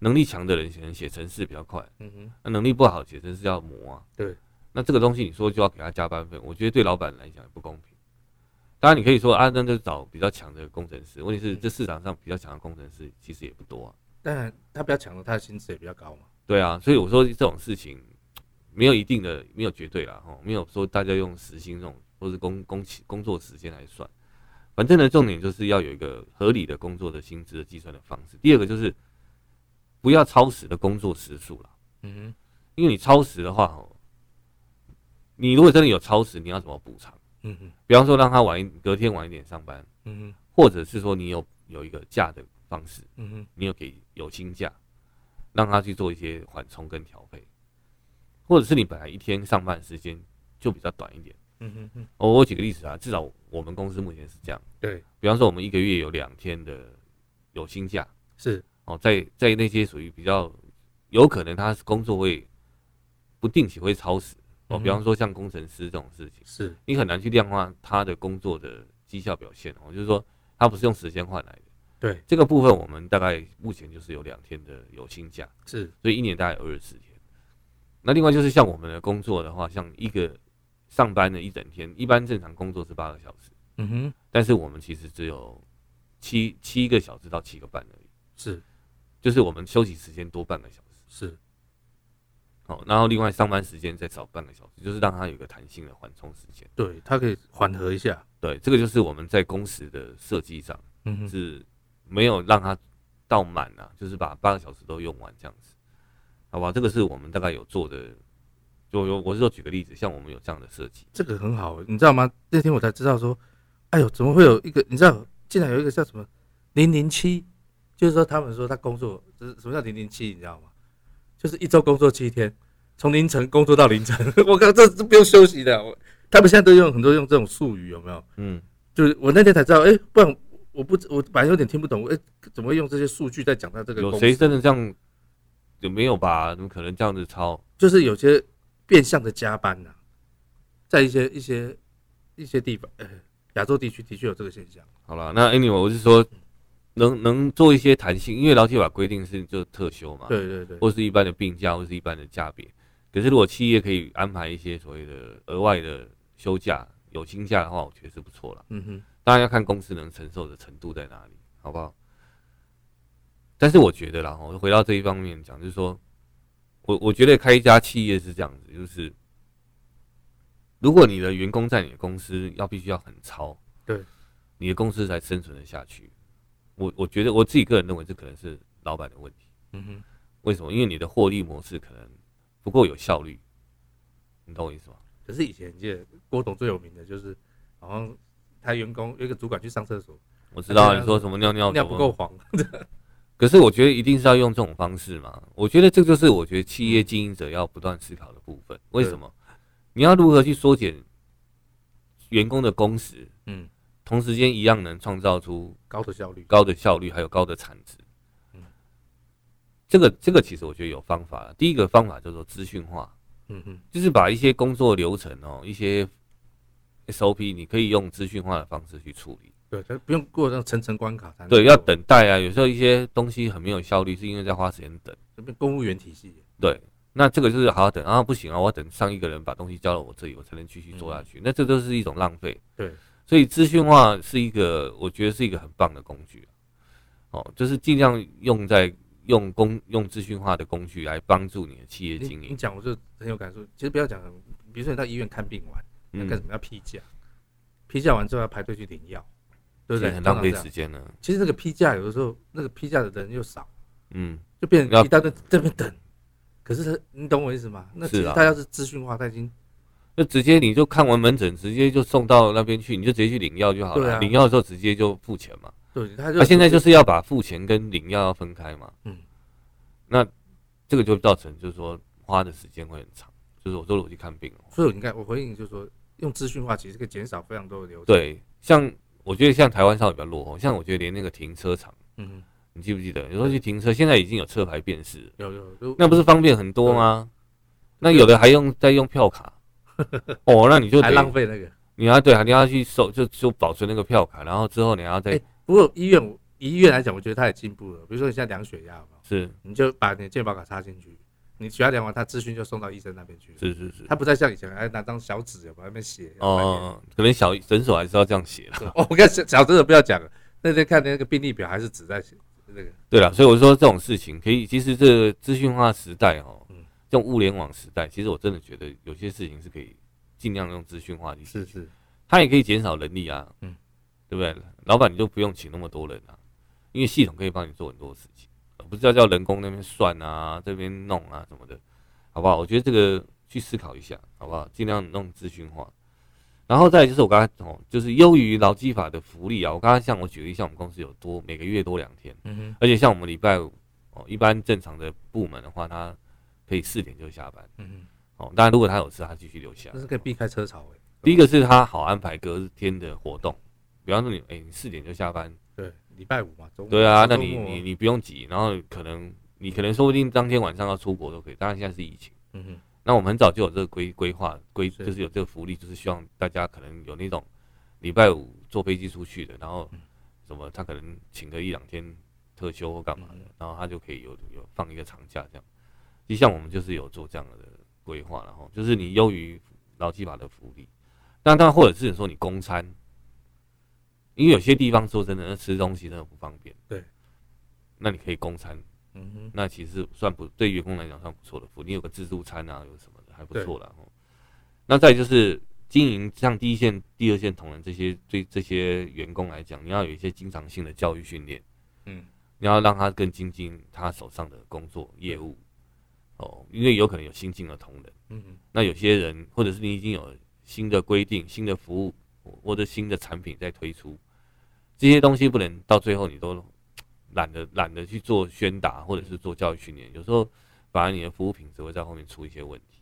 B: 能力强的人可能写程式比较快，
A: 嗯哼，
B: 那能力不好写程式要磨啊。
A: 对，
B: 那这个东西你说就要给他加班费，我觉得对老板来讲也不公平。当然你可以说啊，那就找比较强的工程师，问题是
A: 嗯
B: 这市场上比较强的工程师其实也不多啊。
A: 当然他比较强的，他的薪资也比较高嘛。
B: 对啊，所以我说这种事情没有一定的，没有绝对啦，哦，没有说大家用时薪这种或是工工期工作时间来算。反正呢，重点就是要有一个合理的工作的薪资的计算的方式。第二个就是不要超时的工作时数啦，
A: 嗯
B: 因为你超时的话，哦，你如果真的有超时，你要怎么补偿？
A: 哼嗯哼
B: 比方说让他晚一隔天晚一点上班，
A: 嗯哼
B: 或者是说你有有一个假的方式，
A: 嗯哼
B: 你有给有薪假，让他去做一些缓冲跟调配，或者是你本来一天上班时间就比较短一点。
A: 嗯哼嗯哼，
B: 哦，我举个例子啊，至少我们公司目前是这样，
A: 对，
B: 比方说我们一个月有两天的有薪假，
A: 是
B: 哦，在在那些属于比较有可能他工作会不定期会超时，哦，
A: 嗯
B: 比方说像工程师这种事情。
A: 是，
B: 你很难去量化他的工作的绩效表现哦，就是说他不是用时间换来的。
A: 对，
B: 这个部分我们大概目前就是有两天的有薪假，
A: 是
B: 所以一年大概有二十四天。那另外就是像我们的工作的话，像一个上班的一整天，一般正常工作是八个小时，
A: 嗯哼
B: 但是我们其实只有七七个小时到七个半而已，
A: 是
B: 就是我们休息时间多半个小时。
A: 是
B: 哦，然后另外上班时间再少半个小时，就是让他有一个弹性的缓冲时间。
A: 对，他可以缓和一下。
B: 对，这个就是我们在工时的设计上。
A: 嗯哼
B: 是没有让它到满啊，就是把八个小时都用完这样子，好吧？这个是我们大概有做的，就有我是说举个例子，像我们有这样的设计，
A: 这个很好，欸你知道吗？那天我才知道说，哎呦，怎么会有一个？你知道，竟然有一个叫什么零零七，就是说他们说他工作，就是什么叫零零七？你知道吗？就是一周工作七天，从凌晨工作到凌晨。 我靠，这这不用休息的。我他们现在都用很多用这种术语，有没有？
B: 嗯，
A: 就是我那天才知道，哎、不然我不我本来有点听不懂，哎、怎么会用这些数据在讲到这个公
B: 有
A: 司？
B: 谁真的这样？有没有吧？怎么可能这样子抄？
A: 就是有些变相的加班呐、在一些一些一些地方，呃，亚洲地区的确有这个现象。啊
B: 好了，那 anyway，我是说能能做一些弹性，因为劳基法规定是就特休嘛，，
A: 对对对，
B: 或是一般的病假，或是一般的假别。可是如果企业可以安排一些所谓的额外的休假、有薪假的话，我觉得是不错了。
A: 嗯哼，
B: 当然要看公司能承受的程度在哪里，好不好？但是我觉得啦，哦我回到这一方面讲，就是说，我我觉得开一家企业是这样子，就是如果你的员工在你的公司要必须要很超，
A: 对，
B: 你的公司才生存的下去。我我觉得我自己个人认为，这可能是老板的问题。
A: 嗯哼，
B: 为什么？因为你的获利模式可能不够有效率，你懂我意思吗？
A: 可是以前记得郭董最有名的就是，好像他员工有一个主管去上厕所，
B: 我知道
A: 对啊
B: 你说什么尿尿
A: 尿
B: 怎
A: 不
B: 么
A: 够黄，
B: 可是我觉得一定是要用这种方式嘛。我觉得这就是我觉得企业经营者要不断思考的部分。为什么？你要如何去缩减员工的工时，
A: 嗯，
B: 同时间一样能创造出
A: 高的效率，
B: 高的效率还有高的产值
A: 嗯？
B: 这个这个其实我觉得有方法。第一个方法叫做资讯化，
A: 嗯哼，
B: 就是把一些工作流程哦，一些 SOP，你可以用资讯化的方式去处理。
A: 对，他不用过那种层层关卡才能
B: 对，要
A: 过
B: 等待啊，有时候一些东西很没有效率，是因为在花时间等。
A: 这边公务员体系，
B: 对，那这个就是好好等啊，不行啊，我要等上一个人把东西交到我这里，我才能继续
A: 嗯
B: 做下去。那这都是一种浪费。
A: 对，
B: 所以资讯化是一个，我觉得是一个很棒的工具。哦，就是尽量用在用工用资讯化的工具来帮助你的企业
A: 你
B: 经
A: 你
B: 营。
A: 讲我就很有感触。其实不要讲，比如说你到医院看病完，那干
B: 嗯
A: 什，么要批假？批假完之后要排队去领药，对不对？
B: 很浪
A: 通常
B: 费
A: 这样
B: 时间呢。
A: 其实那个批假有的时候那个批假的人又少，
B: 嗯，
A: 就变
B: 要
A: 成一大堆在那边等。可是他，你懂我意思吗？那其
B: 是
A: 实
B: 啊
A: 他要是资讯化，他已经
B: 就直接你就看完门诊，直接就送到那边去，你就直接去领药就好
A: 对
B: 了。
A: 啊
B: 领药的时候直接就付钱嘛。
A: 对，他就
B: 那、啊现在就是要把付钱跟领药要分开嘛。
A: 嗯，
B: 那这个就造成就是说花的时间会很长。就是我说我去看病哦，
A: 所以你看，我回应就是说，用资讯化其实可以减少非常多的流程。
B: 对，像我觉得像台湾稍微比较落后，像我觉得连那个停车场，
A: 嗯，
B: 你记不记得？有时候去停车，现在已经有车牌辨识了，
A: 有有有，
B: 那不是方便很多吗？那有的还用在用票卡， 哦，那你就
A: 还浪
B: 得
A: 费那个。
B: 你要对，你要去收就就保存那个票卡，然后之后你还要再、
A: 哎不过医院，我以医院来讲，我觉得他也进步了。比如说你现在量血压有没有
B: 是
A: 你就把你的健保卡插进去，你血压量完，他资讯就送到医生那边去了。
B: 是是是，
A: 他不再像以前还拿张小纸有没有在那边写。
B: 哦、可能 小诊所还是要这样写啦。
A: 对哦，我看小小真的不要讲了，那天看那个病历表还是纸在写，这个，
B: 对了，所以我说这种事情可以，其实这个资讯化时代哦，
A: 嗯
B: 这种物联网时代，其实我真的觉得有些事情是可以尽量用资讯化去解
A: 是
B: 决，
A: 是，
B: 它也可以减少人力啊，
A: 嗯，
B: 对不对？老板你就不用请那么多人啊，因为系统可以帮你做很多事情，而不是要叫人工那边算啊，这边弄啊什么的，好不好？我觉得这个去思考一下，好不好？尽量弄资讯化。然后再来就是我刚才哦，就是优于劳基法的福利啊，我刚刚像我举例，像我们公司有多每个月多两天。
A: 嗯哼，
B: 而且像我们礼拜五哦，一般正常的部门的话，他可以四点就下班
A: 嗯
B: 哦。当然，如果他有事，他继续留下哦
A: 哼，这。是可以避开车潮欸诶。
B: 第一个是他好安排隔天的活动，比方说你哎，你四点就下班，
A: 对，礼拜五嘛，周末
B: 对啊，那
A: 周
B: 你
A: 末
B: 你你不用急，然后可能你可能说不定当天晚上要出国都可以。当然现在是疫情，
A: 嗯哼，
B: 那我们很早就有这个规规划规，
A: 是
B: 就是有这个福利，就是希望大家可能有那种礼拜五坐飞机出去的，然
A: 嗯
B: 后什么他可能请个一两天特休或干嘛的
A: 嗯，
B: 然后他就可以有有放一个长假这样。就像我们就是有做这样的规划，然后就是你优于劳基法的福利，那当然或者是说你公餐，因为有些地方说真的，那吃东西真的不方便。
A: 对，
B: 那你可以公餐，
A: 嗯哼，
B: 那其实算不对员工来讲算不错的福利，有个自助餐啊，有什么的还不错啦。哦那再就是经营像第一线、第二线同仁这些对这些员工来讲，你要有一些经常性的教育训练，
A: 嗯，
B: 你要让他更精进他手上的工作业务哦，因为有可能有新进的同仁，
A: 嗯哼，
B: 那有些人或者是你已经有新的规定、新的服务或者新的产品在推出，这些东西不能到最后你都懒得懒得去做宣达或者是做教育训练，有时候反而你的服务品质会在后面出一些问题。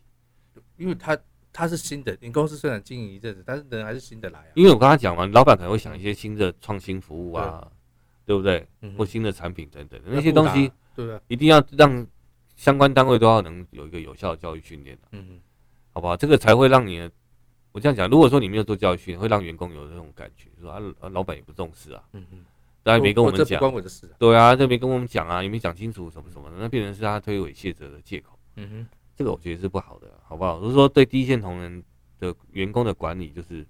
A: 因为他他是新的，你公司虽然经营一阵子，但是人还是新的来啊，
B: 因为我刚才讲嘛，老板可能会想一些新的创新服务啊，对不对？
A: 嗯哼
B: 或新的产品等等的那些东西，，
A: 对啊，
B: 一定要让相关单位都要能有一个有效的教育训练、啊、
A: 嗯哼，
B: 好不好？这个才会让你的，我这样讲，如果说你没有做教育训练，会让员工有这种感觉，说啊，啊老板也不重视啊，
A: 嗯哼，
B: 当然没跟我们
A: 这不
B: 讲，
A: 关我的事啊，
B: 对啊，这没跟我们讲啊，也没讲清楚什么什么的，那变成是他推诿卸责的借口，
A: 嗯哼，
B: 这个我觉得是不好的，啊好不好？就是说对第一线同仁的员工的管理，就是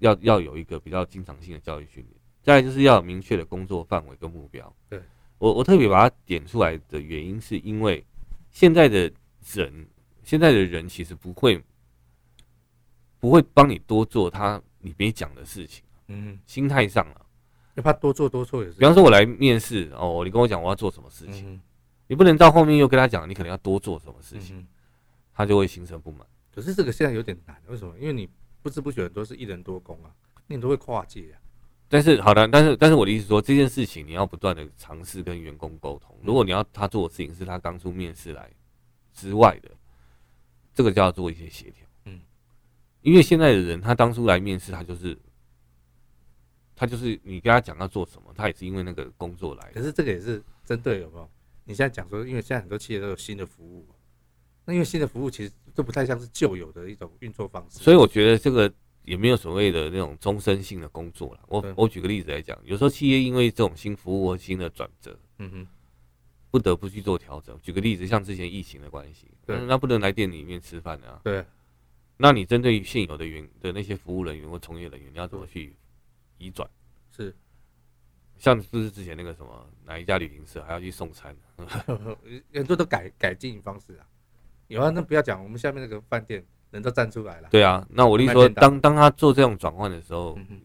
B: 要要有一个比较经常性的教育训练，再来就是要有明确的工作范围跟目标。
A: 对
B: 我我特别把它点出来的原因，是因为现在的人，现在的人其实不会不会帮你多做他你没讲的事情，
A: 嗯
B: 心态上啊，
A: 哼，就怕多做多错也是，
B: 比方说我来面试哦，你跟我讲我要做什么事情。
A: 嗯
B: 你不能到后面又跟他讲，你可能要多做什么
A: 哼，
B: 事
A: 嗯
B: 情，
A: 哼，
B: 他就会心生不满。
A: 可是这个现在有点难，为什么？因为你不知不觉很多是一人多工啊，你都会跨界啊，
B: 但是好的，但是但是我的意思是说这件事情你要不断的尝试跟员工沟通。
A: 嗯
B: 如果你要他做的事情是他当初面试来之外的，这个就要做一些协调。
A: 嗯，
B: 因为现在的人他当初来面试，他就是他就是你跟他讲要做什么，他也是因为那个工作来
A: 可
B: 的。
A: 是这个也是针对有没有？你现在讲说，因为现在很多企业都有新的服务嘛，那因为新的服务其实都不太像是旧有的一种运作方式，
B: 所以我觉得这个也没有所谓的那种终身性的工作了。我
A: 对
B: 我举个例子来讲，有时候企业因为这种新服务或新的转折，
A: 嗯哼，
B: 不得不去做调整。举个例子，像之前疫情的关系，
A: 对
B: 那那不能来店里面吃饭的啊。
A: 对啊，
B: 那你针对于现有的员的那些服务人员或从业人员，你要怎么去移转？
A: 是。
B: 像就是之前那个什么哪一家旅行社还要去送餐，啊
A: 很多都改改进方式啊。有啊，那不要讲，我们下面那个饭店人都站出来了。
B: 对啊。那我的意思
A: 卖
B: 说，
A: 便当
B: 当当他做这种转换的时候，
A: 嗯哼，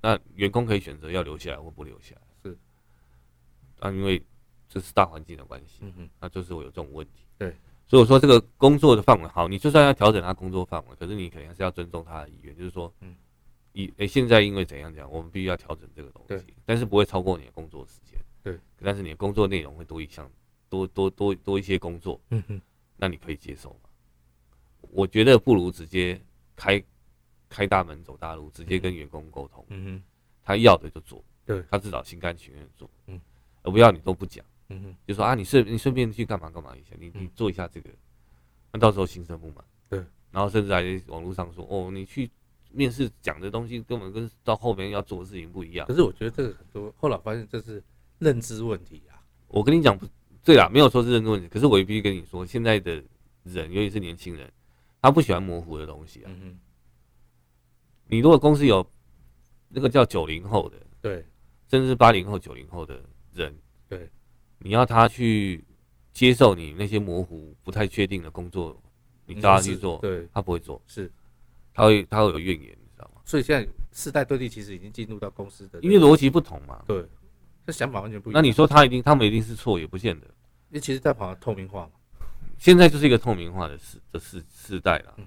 B: 那员工可以选择要留下来或不留下来。
A: 是。
B: 啊，因为这是大环境的关系。
A: 嗯哼，
B: 那就是我有这种问题。
A: 对，
B: 所以我说这个工作的范围好，你就算要调整他工作范围，可是你肯定还是要尊重他的意愿，就是说，
A: 嗯
B: 嗯，以诶、现在因为怎样怎样，我们必须要调整这个东
A: 对
B: 西，但是不会超过你的工作时间。
A: 对，
B: 但是你的工作内容会多一项，多多多多一些工作，
A: 嗯哼，
B: 那你可以接受吗？我觉得不如直接开开大门走大路，直接跟员工沟通，
A: 嗯哼，
B: 他要的就做，
A: 对
B: 他至少心甘情愿地做，
A: 嗯
B: 嗯，而不要你都不讲。
A: 嗯哼，
B: 就说啊，你顺你顺便去干嘛干嘛一下，你你
A: 嗯
B: 做一下这个，那到时候心生不满。
A: 对，
B: 然后甚至还网络上说，哦，你去面试讲的东西根本跟到后面要做的事情不一样
A: 可。是我觉得这个很多后来发现这是认知问题啊。
B: 我跟你讲，不对啦，没有说是认真问题，可是我也必须跟你说，现在的人，尤其是年轻人，他不喜欢模糊的东西啊。
A: 嗯哼，
B: 你如果公司有那个叫九零后的，
A: 对，
B: 甚至八零后、九零后的人，你要他去接受你那些模糊、不太确定的工作，你叫他去做，
A: 对，
B: 他不会做，
A: 是。
B: 他会他会有怨言，你知道吗？
A: 所以现在世代对立其实已经进入到公司的那个，
B: 因为逻辑不同嘛。
A: 对，这想法完全不一
B: 那
A: 样。
B: 你说他一定，他们一定是错，也不见得。
A: 因为其实在跑透明化嘛，
B: 现在就是一个透明化的时的时时代了，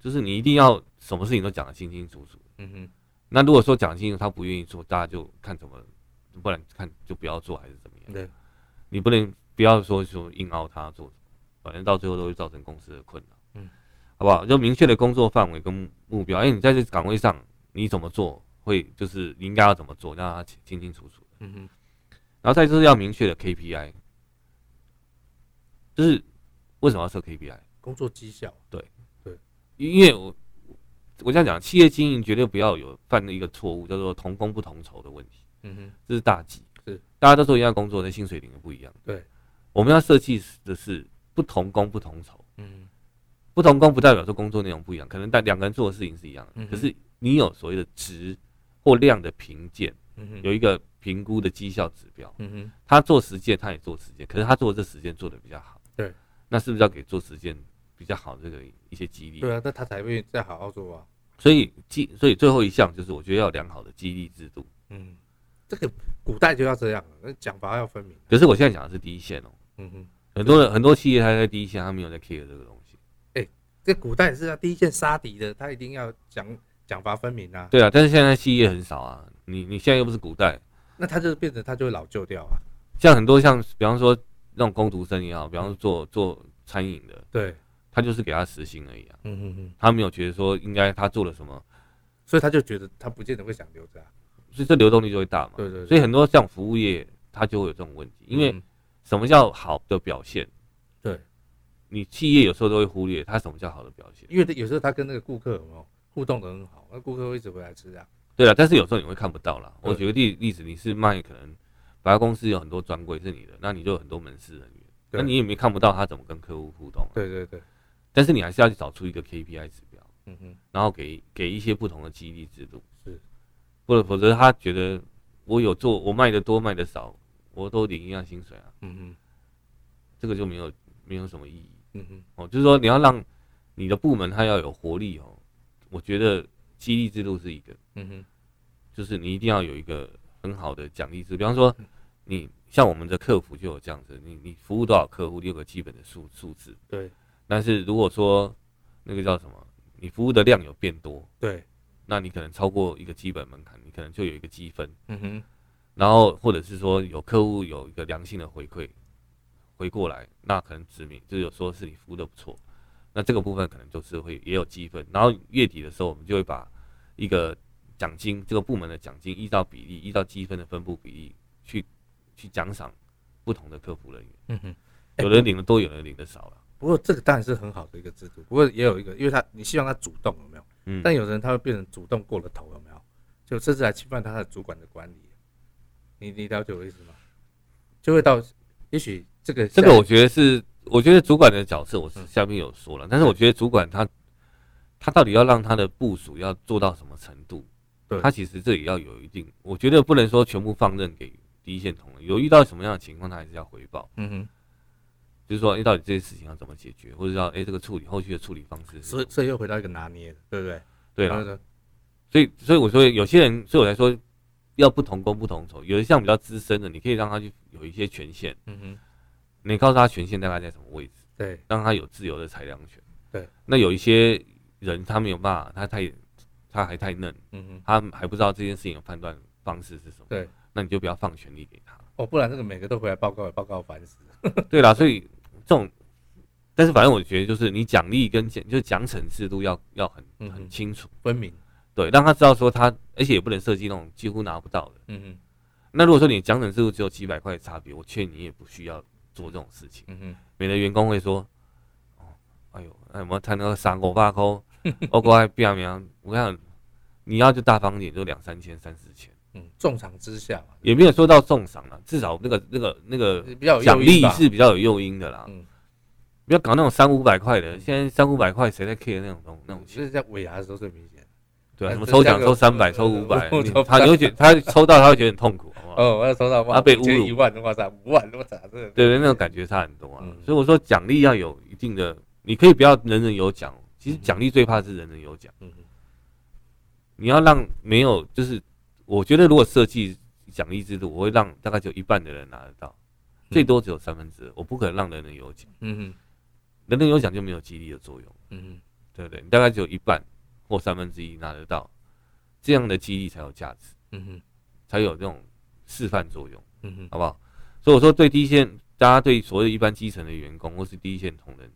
B: 就是你一定要什么事情都讲得清清楚楚。
A: 嗯哼，
B: 那如果说讲清楚，他不愿意做，大家就看怎么，不然看就不要做还是怎么样。
A: 对，
B: 你不能不要说说硬凹他做，反正到最后都会造成公司的困扰。
A: 嗯，
B: 好不好？就明确的工作范围跟目标。哎、你在这岗位上你怎么做，会就是你应该要怎么做，让他清清清楚楚。
A: 嗯哼，
B: 然后再就是要明确的 KPI，就是为什么要设 KPI？
A: 工作绩效，
B: 因因为我我这样讲，企业经营绝对不要有犯的一个错误，叫做同工不同酬的问题，
A: 嗯哼，
B: 这是大忌。
A: 是，
B: 大家都做一样工作，但薪水领的不一样。
A: 对，
B: 我们要设计的是不同工不同酬。
A: 嗯
B: 不同工不代表说工作内容不一样，可能但两个人做的事情是一样的，
A: 嗯哼
B: 可是你有所谓的值或量的评鉴，
A: 嗯哼，
B: 有一个评估的绩效指标。
A: 嗯哼，
B: 他做实践，他也做实践，可是他做这实践做的比较好，
A: 对，
B: 那是不是要给做实践比较好这个一些激励？
A: 对啊，那他才会再好好做啊。
B: 所以激，所以最后一项就是我觉得要有良好的激励制度。
A: 嗯，这个古代就要这样了，那奖罚要分明。
B: 可是我现在讲的是第一线哦，
A: 嗯哼，
B: 很多人很多企业还在第一线，他没有在 care 这个东西。
A: 这古代是要第一件杀敌的，他一定要奖奖罚分明啊。
B: 对啊，但是现在企业很少啊，你你现在又不是古代，
A: 那他就变成他就会老旧掉啊。
B: 像很多像比方说那种工读生也好，比方说做做餐饮的，
A: 对，
B: 他就是给他时薪而已啊，
A: 嗯哼哼，
B: 他没有觉得说应该他做了什么，
A: 所以他就觉得他不见得会想留着啊。
B: 所以这流动率就会大嘛。
A: 对对对
B: 所以很多像服务业，它就会有这种问题，因为
A: 嗯
B: 什么叫好的表现？
A: 对，
B: 你企业有时候都会忽略它什么叫好的表现。
A: 因为有时候他跟那个顾客有没有互动的很好，那顾客会一直回来吃啊。
B: 对了，但是有时候你会看不到啦。我
A: 对
B: 举个例例子，你是卖可能百货公司有很多专柜是你的，那你就有很多门市人员，
A: 对
B: 那你也没看不到他怎么跟客户互动、啊。，
A: 对对对，
B: 但是你还是要去找出一个 KPI 指标。
A: 嗯哼，
B: 然后给给一些不同的激励制度，
A: 是，
B: 或者否则他觉得我有做，我卖的多卖的少，我都领一样薪水啊，
A: 嗯哼，
B: 这个就没有没有什么意义
A: 嗯哼，
B: 哦。就是说你要让你的部门它要有活力哦，我觉得激励制度是一个，
A: 嗯哼，
B: 就是你一定要有一个很好的奖励制，比方说你像我们的客服就有这样子，你你服务多少客户，你有个基本的数数字，
A: 对
B: 但是如果说那个叫什么，你服务的量有变多，
A: 对，
B: 那你可能超过一个基本门槛，你可能就有一个积分，
A: 嗯哼，
B: 然后或者是说有客户有一个良性的回馈，回过来，那可能指明就有说是你服务的不错，那这个部分可能就是会也有积分，然后月底的时候我们就会把一个奖金这个部门的奖金依照比例，依照积分的分布比例去去奖赏不同的客服人员，
A: 嗯哼。
B: 有人领的多，有人领的少了，
A: 不过这个当然是很好的一个制度，不过也有一个，因为他你希望他主动有没有？
B: 嗯，
A: 但有的人他会变成主动过了头有没有？就甚至还侵犯他的主管的管理。你你了解我的意思吗？就会到，也许这个
B: 这个我觉得是，我觉得主管的角色我
A: 嗯
B: 是下面有说了，但是我觉得主管他他到底要让他的部署要做到什么程度
A: 对？
B: 他其实这也要有一定，我觉得不能说全部放任给第一线同仁，有遇到什么样的情况，他还是要回报，
A: 嗯哼，
B: 就是说，哎、到底这些事情要怎么解决，或者要哎、这个处理后续的处理方式是什
A: 所
B: 么
A: 以呃所以又回到一个拿捏的，对不对？
B: 对
A: 然后
B: 了，
A: 呢，
B: 所以所以我说有些人，所以我来说要不同工不同酬，有的像比较资深的，你可以让他去有一些权限，
A: 嗯哼，
B: 你告诉他权限大概在什么位置。
A: 对，
B: 让他有自由的裁量权。
A: 对，
B: 那有一些人他没有办法，他太他还太嫩，
A: 嗯哼，
B: 他还不知道这件事情的判断方式是什么。
A: 对，
B: 那你就不要放权力给他。
A: 哦，不然这个每个都回来报告，报告烦死了。
B: 对啦，所以这种，但是反正我觉得就是你奖励跟奖就是奖惩制度要要很
A: 嗯哼
B: 很清楚，
A: 分明，
B: 对，让他知道说他，而且也不能设计那种几乎拿不到的。
A: 嗯哼，
B: 那如果说你奖惩制度只有几百块的差别，我劝你也不需要做这种事情。
A: 嗯哼，
B: 免得员工会说，哦，哎呦，哎，我们谈到三五百块， 我过来拼命，我想你要就大方点，就两三千、三四千，
A: 嗯，众场之下嘛，
B: 也没有说到重赏了，至少那个那个那个
A: 比较有
B: 奖
A: 诱因
B: 励
A: 吧
B: 是比较有诱因的啦。
A: 嗯
B: 不要搞那种三五百块的，现在三五百块谁在 care 那种东那种
A: 就
B: 钱？
A: 是在尾牙的时候最明显。
B: 对啊，
A: 哎
B: 什么
A: 这
B: 抽
A: 价
B: 奖
A: 格
B: 抽三百、抽五百
A: 我，
B: 你
A: 我
B: 他你会觉得他抽到他会觉得很痛苦，好不好？
A: 哦，我要收到哇，
B: 他被
A: 我觉得
B: 侮辱
A: 一万，哇塞，五万，我操，这
B: 对对，那种感觉差很多啊。
A: 嗯
B: 所以我说奖励要有一定的，你可以不要人人有奖，其实奖励最怕是人人有奖。
A: 嗯
B: 你要让没有，就是我觉得如果设计奖励制度，我会让大概只有一半的人拿得到，最多只有三分之二，我不可能让人人有奖，
A: 嗯
B: 人人有奖就没有激励的作用，
A: 嗯
B: 对不对？你大概只有一半或三分之一拿得到，这样的激励才有价值，
A: 嗯
B: 才有这种示范作用。
A: 嗯
B: 好不好？所以我说，对第一线，大家对所谓一般基层的员工或是第一线同仁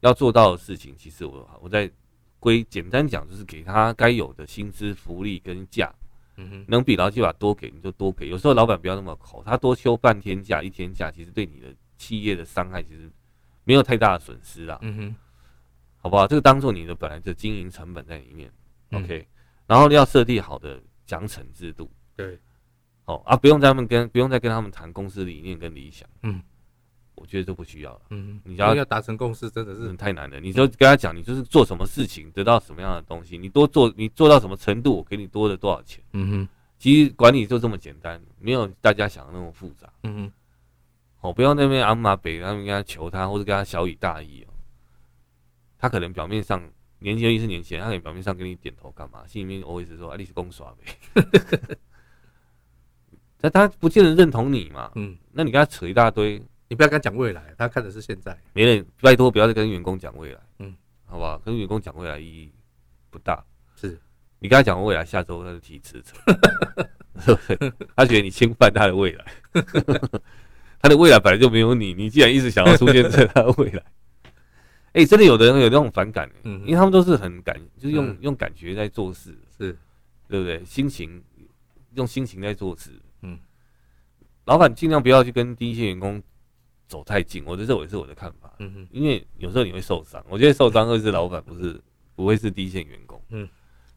B: 要做到的事情，其实我我在归简单讲，就是给他该有的薪资、福利跟假，
A: 嗯
B: 能比劳基法多给你就多给。有时候老板不要那么抠，他多休半天假、一天假，其实对你的企业的伤害其实没有太大的损失啦，
A: 嗯
B: 好不好？这个当做你的本来的经营成本在里面、
A: 嗯
B: o k 然后要设定好的奖惩制度，
A: 对，
B: 哦啊，不用再他们跟不用再跟他们谈公司理念跟理想，
A: 嗯，
B: 我觉得这不需要了，
A: 嗯，
B: 你
A: 你
B: 要
A: 要要达成共识，真的
B: 真
A: 是
B: 的太难了。你就跟他讲，你就是做什么事情得到什么样的东西，你多做你做到什么程度，我给你多了多少钱。
A: 嗯
B: 其实管理就这么简单，没有大家想的那么复杂。
A: 哼嗯
B: 哦，不要那边阿玛北，他们跟他求他，或者跟他小以大义哦。他可能表面上年轻人是年轻人，他可能表面上跟你点头干嘛，心里面 always 说啊，你是公耍呗。 但他不见得认同你嘛，
A: 嗯，
B: 那你跟他扯一大堆，
A: 你不要跟他讲未来，他看的是现在，
B: 没人，拜托不要再跟员工讲未来，
A: 嗯，
B: 好不好？跟员工讲未来意义不大。
A: 是
B: 你跟他讲未来，下周他就提辞呈，对不对 他觉得你侵犯他的未来， 他的未来本来就没有你，你既然一直想要出现在他的 未来，哎、真的有的人有那种反感、
A: 嗯
B: 因为他们都是很感，就是用、
A: 嗯
B: 用感觉在做事，
A: 是，
B: 对不对？心情用心情在做事，
A: 嗯，
B: 老板尽量不要去跟第一线员工走太近，我的这我是我的看法，
A: 嗯
B: 因为有时候你会受伤。我觉得受伤会是老板，不是不会是第一线员工。
A: 嗯，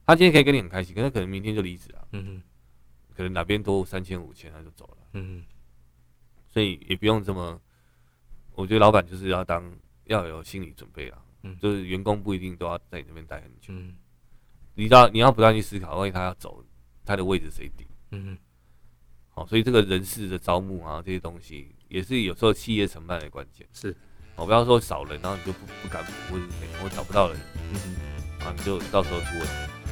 B: 他今天可以跟你很开心，可是他可能明天就离职了，
A: 嗯
B: 可能哪边多三千五千他就走了，
A: 嗯
B: 所以也不用这么。我觉得老板就是要当要有心理准备啦，
A: 嗯
B: 就是员工不一定都要在你那边待很久，
A: 嗯
B: 你知道你要不断去思考，万一他要走，他的位置谁顶？
A: 嗯
B: 好、哦所以这个人事的招募啊，这些东西也是有时候企业成败的关键。哦
A: 是，
B: 我、不要说少人，然后你就不不敢补，或者是怎样，或找不到人，
A: 嗯。
B: 啊，你就到时候出问题。